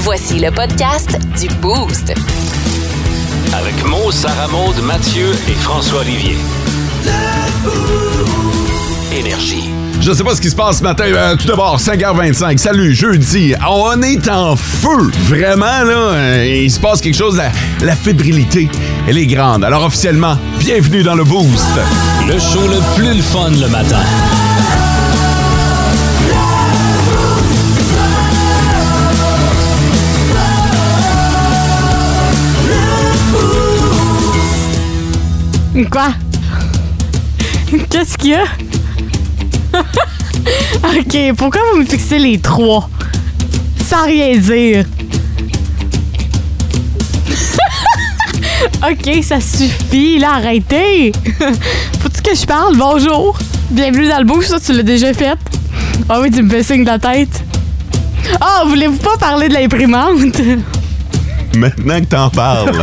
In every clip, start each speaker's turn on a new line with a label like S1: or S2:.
S1: Voici le podcast du Boost.
S2: Avec Mo, Sarah Maud, Mathieu et François Olivier. Énergie.
S3: Je sais pas ce qui se passe ce matin. Euh, tout d'abord, 5h25. Salut, jeudi. Oh, On est en feu. Vraiment, là. euh, il se passe quelque chose. La, la fébrilité, elle est grande. Alors, officiellement, bienvenue dans le Boost.
S2: Le show le plus le fun le matin.
S4: Quoi? Qu'est-ce qu'il y a? ok, pourquoi vous me fixez les trois? Sans rien dire. ok, ça suffit, là, arrêtez! Faut-tu que je parle? Bonjour! Bienvenue dans le bouche, ça, tu l'as déjà fait? Ah oui, tu me fais signe de la tête. Ah, voulez-vous pas parler de l'imprimante?
S3: Maintenant que t'en parles.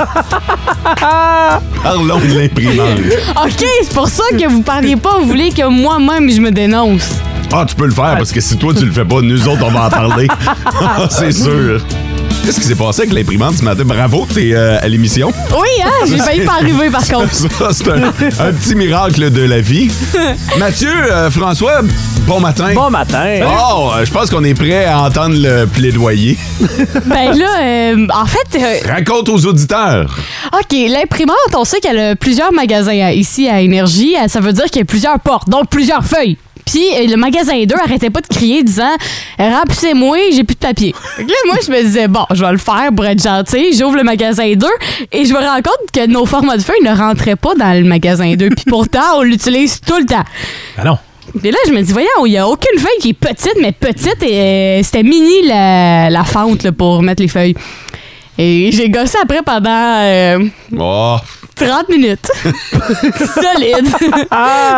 S3: Parlons de l'imprimante.
S4: ok, c'est pour ça que vous parliez pas, vous voulez que moi-même je me dénonce.
S3: Ah, tu peux le faire, parce que si toi, tu le fais pas, nous autres, on va en parler. C'est sûr. Qu'est-ce qui s'est passé avec l'imprimante ce matin? Bravo, t'es euh, à l'émission.
S4: Oui, hein? J'ai failli pas arriver par contre.
S3: Ça, c'est un, un petit miracle de la vie. Mathieu, euh, François, bon matin.
S5: Bon matin.
S3: Oh, euh, je pense qu'on est prêt à entendre le plaidoyer.
S4: Ben là, euh, en fait, euh,
S3: Raconte aux auditeurs.
S4: OK, l'imprimante, on sait qu'elle a plusieurs magasins euh, ici à Énergie. Euh, Ça veut dire qu'il y a plusieurs portes, donc plusieurs feuilles. Puis euh, le magasin 2 arrêtait pas de crier disant Remplissez-moi, j'ai plus de papier. Fait que là, moi, je me disais Bon, je vais le faire pour être gentil. J'ouvre le magasin 2 et je me rends compte que nos formats de feuilles ne rentraient pas dans le magasin 2. Puis pourtant, on l'utilise tout le temps.
S5: Ben non.
S4: Et là, je me dis, voyons, il n'y a aucune feuille qui est petite, mais petite, et euh, c'était mini la, la fente là, pour mettre les feuilles. Et j'ai gossé après pendant euh,
S3: Oh,
S4: 30 minutes. Solide.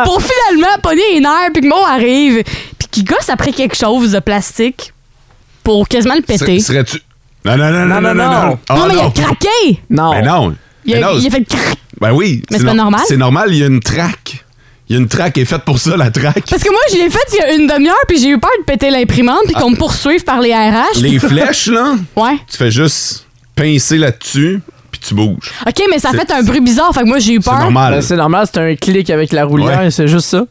S4: pour finalement pogner une heure, puis que mon arrive, puis qu'il gosse après quelque chose de plastique pour quasiment le péter.
S3: ser- serais-tu... Non, non, non, non, non, non, non. Oh,
S4: non, mais il a
S3: non.
S4: craqué!
S5: Non.
S3: Ben non.
S4: Il
S3: Ben
S4: a,
S3: non.
S4: il a fait crac.
S3: Ben oui.
S4: Mais c'est pas
S3: no-
S4: normal.
S3: C'est normal, il y a une traque. Il y a une traque qui est faite pour ça, la traque.
S4: Parce que moi, je l'ai fait il y a une demi-heure, puis j'ai eu peur de péter l'imprimante, puis qu'on me poursuive par les RH.
S3: Ah. Les flèches, là,
S4: Ouais.
S3: tu fais juste pincer là-dessus, puis tu bouges.
S4: OK, mais ça a
S3: C'est-
S4: fait un bruit bizarre, fait que moi, j'ai eu
S3: C'est
S4: peur.
S3: normal.
S5: Ben, c'est normal, c'est un clic avec la roulière,
S3: Ouais. Eh,
S5: c'est juste ça.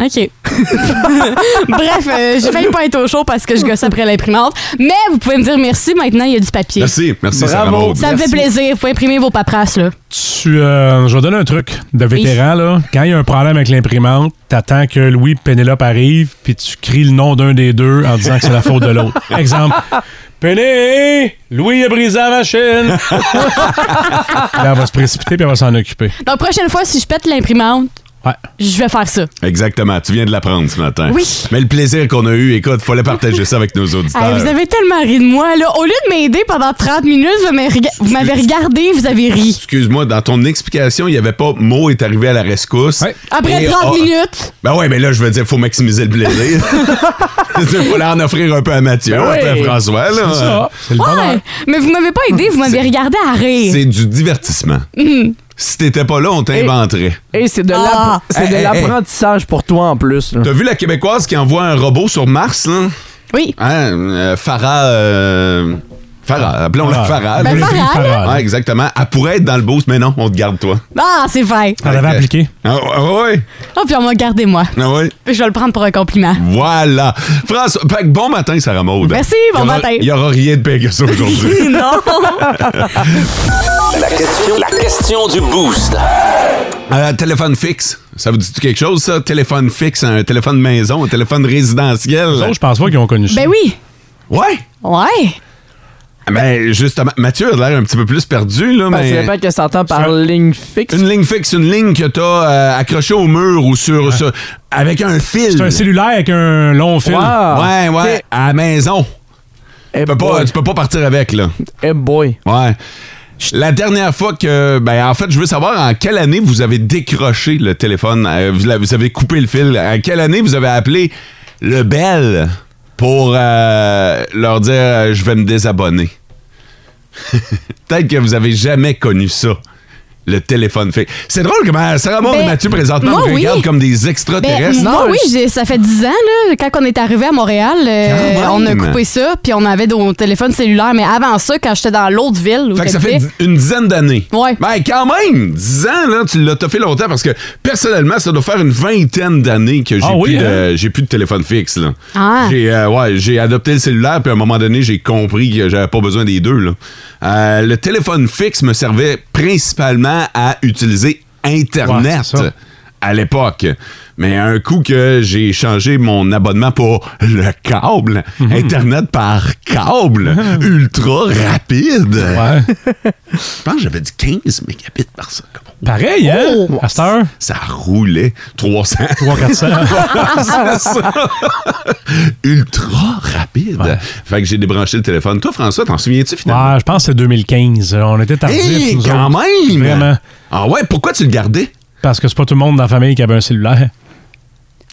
S4: OK. Bref, euh, je vais pas être au chaud parce que je gosse après l'imprimante. Mais vous pouvez me dire merci maintenant, il y a du papier.
S3: Merci, merci,
S5: Bravo.
S3: Sarah Maud.
S4: Ça me fait
S5: Merci.
S4: plaisir. Vous pouvez imprimer vos paperasses, là.
S6: Tu, euh, je vais donner un truc de vétéran. Là. Quand il y a un problème avec l'imprimante, t'attends que Louis et Pénélope arrivent, puis tu cries le nom d'un des deux en disant que c'est la faute de l'autre. Exemple. Péné, Louis a brisé la machine. Là, elle va se précipiter puis elle va s'en occuper.
S4: Donc, prochaine fois, si je pète l'imprimante,
S6: Ouais.
S4: je vais faire ça.
S3: Exactement, tu viens de l'apprendre ce matin.
S4: Oui.
S3: Mais le plaisir qu'on a eu, écoute, fallait partager ça avec nos auditeurs.
S4: Hey, vous avez tellement ri de moi, là. Au lieu de m'aider pendant 30 minutes, vous m'avez rega- vous m'avez regardé, vous avez ri.
S3: Excuse-moi, dans ton explication, il n'y avait pas mot est arrivé à la rescousse.
S6: Ouais.
S4: Après
S3: Et,
S4: 30
S3: oh,
S4: minutes,
S3: Ben ouais, mais là, je veux dire, faut maximiser le plaisir. Il faut en offrir un peu à Mathieu,
S5: Ben
S3: un peu
S5: oui.
S3: à François. là.
S6: C'est ça. C'est le bonheur.
S4: ouais, mais vous m'avez pas aidé, vous m'avez regardé à rire. Mhm.
S3: C'est du divertissement. Si t'étais pas là, on t'inventerait.
S5: Et c'est de
S4: Ah.
S5: l'app- c'est
S3: Hey,
S5: de
S3: hey,
S5: l'apprentissage pour toi en plus. là.
S3: T'as vu la Québécoise qui envoie un robot sur Mars, là?
S4: Oui.
S3: Hein? euh, Farah... euh, Farah, appelons-la
S6: Ah.
S3: Farah.
S4: Ben,
S6: Louis
S4: Farah,
S6: Farah,
S4: là.
S6: là.
S3: Ouais, exactement. Elle pourrait être dans le boost, mais non, on te garde toi.
S4: Ah, c'est vrai.
S6: Elle avait
S3: Fait que-
S6: appliqué.
S3: Ah ah ouais,
S4: Oh, puis on m'a regardé, moi.
S3: ah ouais.
S4: Je vais le prendre pour un compliment.
S3: Voilà. François, fait que bon matin, Sarah Maud.
S4: Merci, bon
S3: Il y aura-
S4: matin.
S3: Il n'y aura rien de pire que ça aujourd'hui.
S4: non!
S2: La question, la question du Boost.
S3: Euh, téléphone fixe. Ça vous dit quelque chose, ça? Téléphone fixe, un téléphone maison, un téléphone
S6: Les
S3: résidentiel.
S6: autres, je pense pas qu'ils ont connu ça.
S4: Ben oui!
S3: Ouais.
S4: Ouais!
S3: Ben, justement, Mathieu a l'air un petit peu plus perdu, là,
S5: Ben,
S3: mais.
S5: c'est pas que ça entend par
S6: Ça-
S5: ligne fixe.
S3: Une ligne fixe, une ligne que t'as euh, accrochée au mur ou sur. sur- avec un fil.
S6: C'est un cellulaire avec un long fil.
S5: Wow.
S3: Ouais, ouais.
S5: Ok.
S3: À la maison.
S5: Eh
S3: Tu peux, pas,
S5: boy.
S3: tu peux pas partir avec, là.
S5: Eh boy.
S3: Ouais. La dernière fois que. Ben, en fait, je veux savoir en quelle année vous avez décroché le téléphone. euh, vous, l'avez- vous avez coupé le fil. En quelle année vous avez appelé le Bell pour euh, leur dire euh, je vais me désabonner. Peut-être que vous avez jamais connu ça. le téléphone fixe. C'est drôle comment Sarah Maud
S4: Ben,
S3: et Mathieu présentement
S4: moi,
S3: nous
S4: oui.
S3: regardent comme des
S4: Ben,
S3: extraterrestres.
S4: moi,
S5: Non,
S4: oui,
S5: je-
S4: j'ai- ça fait 10 ans, là, quand on est arrivé à Montréal, euh,
S3: Quand
S4: on a
S3: même.
S4: coupé ça, puis on avait nos téléphones cellulaires. Mais avant ça, quand j'étais dans l'autre ville, où
S3: Fait que ça fait
S4: j'habitais-
S3: dix- une dizaine d'années.
S4: Ouais.
S3: Ben, quand même, 10 ans, là, tu l'as toffé longtemps parce que personnellement, ça doit faire une vingtaine d'années que j'ai
S6: Ah oui,
S3: plus, de- j'ai plus de téléphone fixe. Là.
S4: Ah.
S3: J'ai euh, ouais, j'ai adopté le cellulaire, puis à un moment donné, j'ai compris que j'avais pas besoin des deux. Là. Euh, le téléphone fixe me servait principalement à utiliser Internet.
S6: Ouais, c'est ça.
S3: à l'époque. Mais un coup que j'ai changé mon abonnement pour le câble,
S6: Mhm.
S3: Internet par câble, ultra rapide.
S6: Ouais.
S3: Je pense que j'avais dit 15 mégabits par seconde. Oh!
S6: Pareil, hein? à cette heure,
S3: Ça roulait 300.
S6: 300-400.
S3: Ultra rapide. Fait que j'ai débranché le téléphone. Toi, François, t'en souviens-tu finalement?
S6: Ouais, je pense que c'est 2015. On était tardifs,
S3: Hey,
S6: nous
S3: quand
S6: autres.
S3: même!
S6: Vraiment.
S3: Ah ouais, pourquoi tu le gardais?
S6: Parce que c'est pas tout le monde dans la famille qui avait un cellulaire.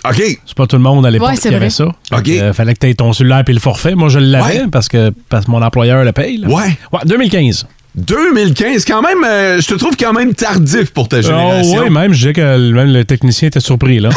S3: OK.
S6: C'est pas tout le monde à l'époque
S4: Ouais,
S6: qui
S4: c'est
S6: avait
S4: vrai.
S6: ça.
S3: OK.
S6: Fait que, euh, fallait que tu aies ton cellulaire puis le forfait. Moi, je l'avais
S3: Ouais.
S6: parce, que, parce que mon employeur le paye. là.
S3: Ouais.
S6: Ouais, 2015.
S3: 2015, quand même, euh, je te trouve quand même tardif pour ta
S6: Oh,
S3: génération.
S6: oui, même, je disais que le- même le technicien était surpris. là.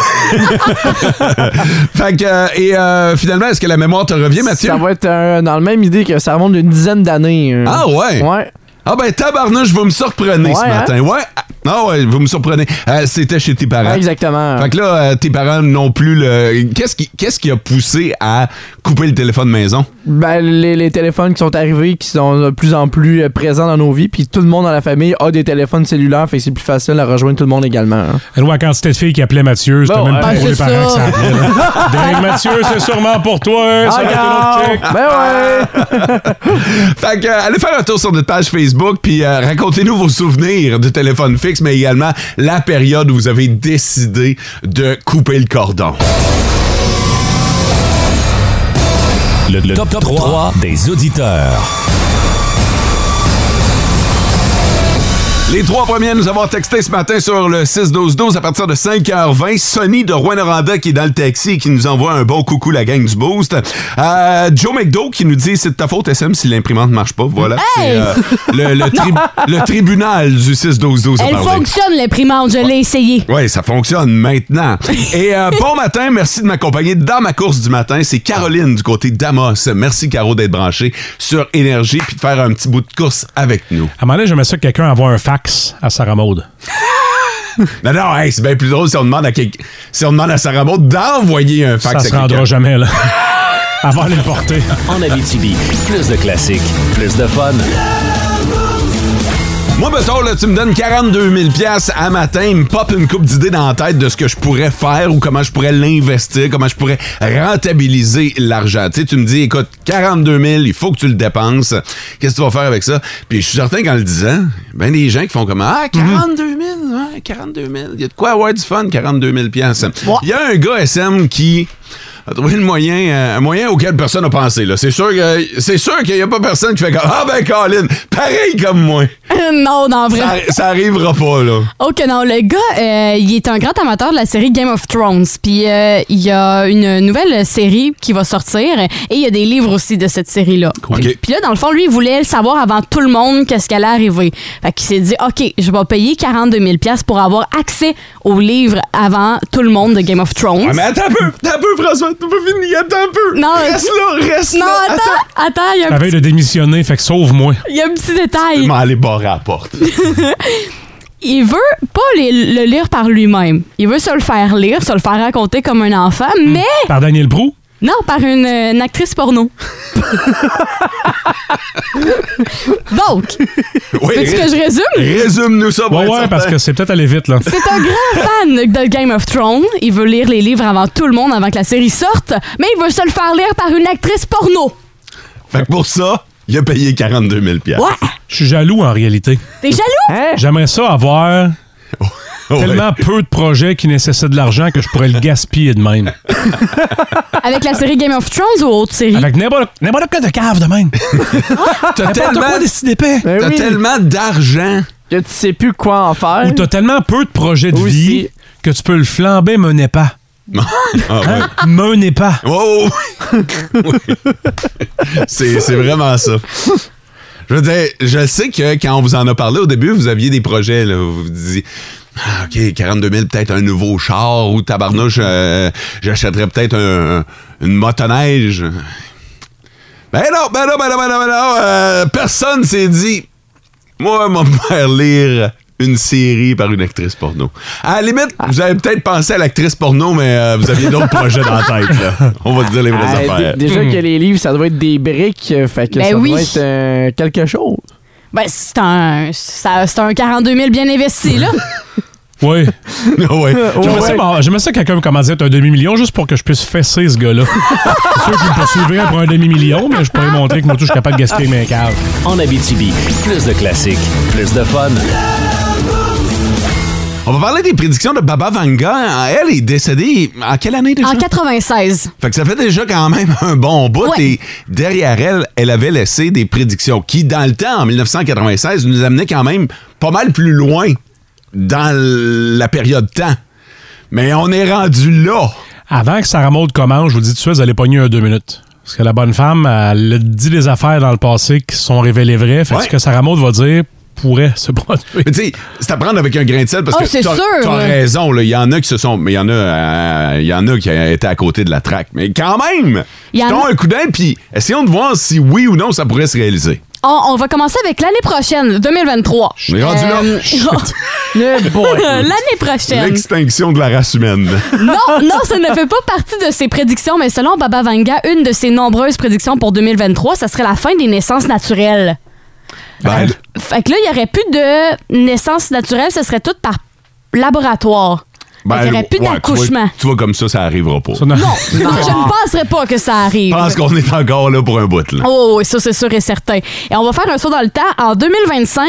S3: Fait que, euh, et euh, finalement, est-ce que la mémoire te revient, Mathieu?
S5: Ça va être euh, dans la même idée que ça remonte d'une dizaine d'années. euh.
S3: Ah ouais?
S5: Ouais.
S3: Ah ben, tabarnouche, vous me surprenez ce
S5: Ouais, hein?
S3: matin. Ouais. Ah ouais, vous me surprenez. Euh, C'était chez tes parents.
S5: Ouais, exactement.
S3: Fait que là, euh, tes parents n'ont plus le. Qu'est-ce qui, qu'est-ce qui a poussé à couper le téléphone maison?
S5: Ben, les, les téléphones qui sont arrivés, qui sont de plus en plus euh, présents dans nos vies, puis tout le monde dans la famille a des téléphones cellulaires, fait que c'est plus facile à rejoindre tout le monde également. hein.
S6: Elle voit la quantité de filles qui appelaient Mathieu. C'était
S5: Bon,
S6: même
S5: hein,
S6: pas pour
S4: c'est
S6: les parents que ça
S4: ça.
S6: appelait. là. Derrick Mathieu, c'est sûrement pour toi. hein, ça va être
S4: Ah,
S6: un autre check.
S5: ben ouais!
S3: Fait que, euh, allez faire un tour sur notre page Facebook, puis euh, racontez-nous vos souvenirs de téléphone fixe, mais également la période où vous avez décidé de couper le cordon.
S2: Le, le top, 3, des auditeurs.
S3: Les trois premiers à nous avoir texté ce matin sur le 6-12-12 à partir de 5h20. Sonny de Rouen-Noranda qui est dans le taxi et qui nous envoie un bon coucou la gang du Boost. Euh, Joe McDo qui nous dit c'est de ta faute SM si l'imprimante marche pas. Voilà. C'est euh, le, le tri- le tribunal du 6-12-12 a
S4: Elle
S3: parlé.
S4: fonctionne, l'imprimante, je l'ai essayé.
S3: Oui, ça fonctionne maintenant. Et euh, bon matin, merci de m'accompagner dans ma course du matin. C'est Caroline du côté d'Amos. Merci Caro d'être branchée sur Énergie puis de faire un petit bout de course avec nous.
S6: À un moment donné, j'aimais ça que quelqu'un envoie un fax à Sarah Maud.
S3: Non, non, hey, c'est bien plus drôle si on demande à, quel- si on demande à Sarah Maud d'envoyer un
S6: Ça
S3: fax
S6: se
S3: à
S6: rendra
S3: quelqu'un.
S6: jamais, là. Avant de le porter.
S2: En Abitibi, plus de classiques, plus de fun.
S3: Moi, mettons, là, tu me donnes 42 000 piastres à matin, il me pop une coupe d'idées dans la tête de ce que je pourrais faire ou comment je pourrais l'investir, comment je pourrais rentabiliser l'argent. Tu sais, tu me dis, écoute, 42 000, il faut que tu le dépenses. Qu'est-ce que tu vas faire avec ça? Puis je suis certain qu'en le disant, ben des gens qui font comme, ah,
S6: Mhm.
S3: 42 000, ouais, 42 000, il y a de quoi avoir du fun, 42 000 piastres. Il y a un gars SM qui a trouvé le moyen, euh, un moyen auquel personne n'a pensé. là. C'est sûr que c'est sûr qu'il n'y a pas personne qui fait comme, ah ben Colin, pareil comme moi.
S4: non, non,
S3: Ça,
S4: vrai.
S3: arri- ça arrivera pas, là.
S4: Oh que non, le gars, euh, il est un grand amateur de la série Game of Thrones. Puis euh, il y a une nouvelle série qui va sortir et il y a des livres aussi de cette série-là.
S3: OK.
S4: Puis là, dans le fond, lui, il voulait savoir avant tout le monde qu'est-ce qui allait arriver. Fait qu'il s'est dit, OK, je vais payer 42 000 pour avoir accès aux livres avant tout le monde de Game of Thrones.
S3: Ah, mais attends un peu, attends un peu, François, t'as pas fini, attends un peu.
S4: Non.
S3: reste là, reste
S4: non,
S3: là.
S4: attends, attends, il y, a un
S6: La veille
S4: petit-
S6: de démissionner, fait que sauve-moi.
S4: il y a un petit détail.
S3: Je m'en aller barrer à la porte.
S4: il veut pas les- le lire par lui-même. Il veut se le faire lire, se le faire raconter comme un enfant, mais
S6: Par Daniel Brou.
S4: non, par une, euh, une actrice porno. Donc,
S3: Oui,
S4: veux-tu que je résume?
S3: Résume-nous ça, pour
S6: Ouais,
S3: être
S6: ouais,
S3: certain.
S6: parce que c'est peut-être allé vite, là.
S4: C'est un grand fan de Game of Thrones. Il veut lire les livres avant tout le monde, avant que la série sorte, mais il veut se le faire lire par une actrice porno.
S3: Fait que pour ça, il a payé 42 000 piastres.
S4: Ouais!
S6: Je suis jaloux, en réalité.
S4: T'es jaloux?
S5: Hein?
S6: J'aimerais ça avoir
S3: Ouais.
S6: tellement peu de projets qui nécessitent de l'argent que je pourrais le gaspiller de même.
S4: Avec la série Game of Thrones ou autre série?
S6: Avec n'importe n'importe quoi de cave de même.
S3: T'as
S6: N'importe
S3: tellement,
S6: quoi décidé d'épais.
S5: Ben
S3: t'as
S5: oui,
S3: tellement d'argent.
S5: que tu sais plus quoi en faire.
S6: Ou t'as tellement peu de projets de vie
S5: Aussi.
S6: que tu peux le flamber, menez pas.
S3: Ah, ouais.
S6: Hein? Menez pas.
S3: Oh, oui. Oui. c'est, c'est vraiment ça. Je veux dire, je sais que quand on vous en a parlé au début, vous aviez des projets, là, vous vous disiez. Ah, OK, 42 000, peut-être un nouveau char ou tabarnouche, euh, j'achèterais peut-être un- une motoneige. Ben non, ben non, ben non, ben non, ben non. euh, personne s'est dit, moi, m'a faire lire une série par une actrice porno. À la limite,
S5: Ah.
S3: vous avez peut-être pensé à l'actrice porno, mais euh, vous aviez d'autres projets dans la tête. là. On va se dire les vraies
S5: Ah,
S3: affaires.
S5: d- déjà
S6: Hmm.
S5: que les livres, ça doit être des briques, euh, fait que
S4: Ben
S5: ça
S4: oui.
S5: doit être euh, quelque chose.
S4: Ben, c'est un, ça- c'est un 42 000 bien investi, là.
S6: Oui.
S3: Ouais.
S6: Ah J'aimerais
S5: ouais.
S6: ça, bon, j'aimerais ça que quelqu'un me commandait un demi-million juste pour que je puisse fesser ce gars-là. C'est sûr qu'il me poursuivrait pour un demi-million, mais je pourrais montrer que moi, tout, je suis capable de gaspiller mes caves.
S2: En Abitibi, plus de classiques, plus de fun.
S3: On va parler des prédictions de Baba Vanga. Elle est décédée en quelle année déjà?
S4: en 96.
S3: Fait que ça fait déjà quand même un bon bout.
S4: Ouais.
S3: Et derrière elle, elle avait laissé des prédictions qui, dans le temps, en 1996, nous amenaient quand même pas mal plus loin dans la période de temps. Mais on est rendu là.
S6: Avant que Sarah Maud commence, je vous dis tout de suite, vous allez pogner un deux minutes. Parce que la bonne femme, elle a dit des affaires dans le passé qui se sont révélées vraies. Fait que
S3: Ouais.
S6: ce que Sarah Maud va dire pourrait se produire.
S3: Mais tu sais, c'est à prendre avec un grain de sel parce
S4: Ah,
S3: que
S4: c'est
S3: t'as
S4: sûr,
S3: t'as
S4: ouais.
S3: raison. là. Il y en a qui se sont. Mais il y en a. euh, Il y en a qui étaient à côté de la traque. Mais quand même!
S4: Il y en
S3: Jetons
S4: a-
S3: un coup d'œil, puis essayons de voir si oui ou non ça pourrait se réaliser.
S4: On, on va commencer avec l'année prochaine, 2023.
S3: On est rendu là.
S4: Euh,
S5: Le boy.
S4: l'année prochaine.
S3: L'extinction de la race humaine.
S4: Non, non, ça ne fait pas partie de ses prédictions, mais selon Baba Vanga, une de ses nombreuses prédictions pour 2023, ça serait la fin des naissances naturelles.
S3: Ben,
S4: Fait que là, il n'y aurait plus de naissances naturelles, ce serait tout par laboratoire.
S3: ben,
S4: fait qu'il n'y aurait plus
S3: ouais, tu vois-
S4: d'accouchement.
S3: Tu vois, comme ça, ça arrivera pas.
S6: Ça, non.
S4: Je ne penserais pas que ça
S3: Je
S4: arrive.
S3: pense qu'on est encore là pour un bout. Là.
S4: Oh oui, ça c'est sûr et certain. Et on va faire un saut dans le temps. En 2025,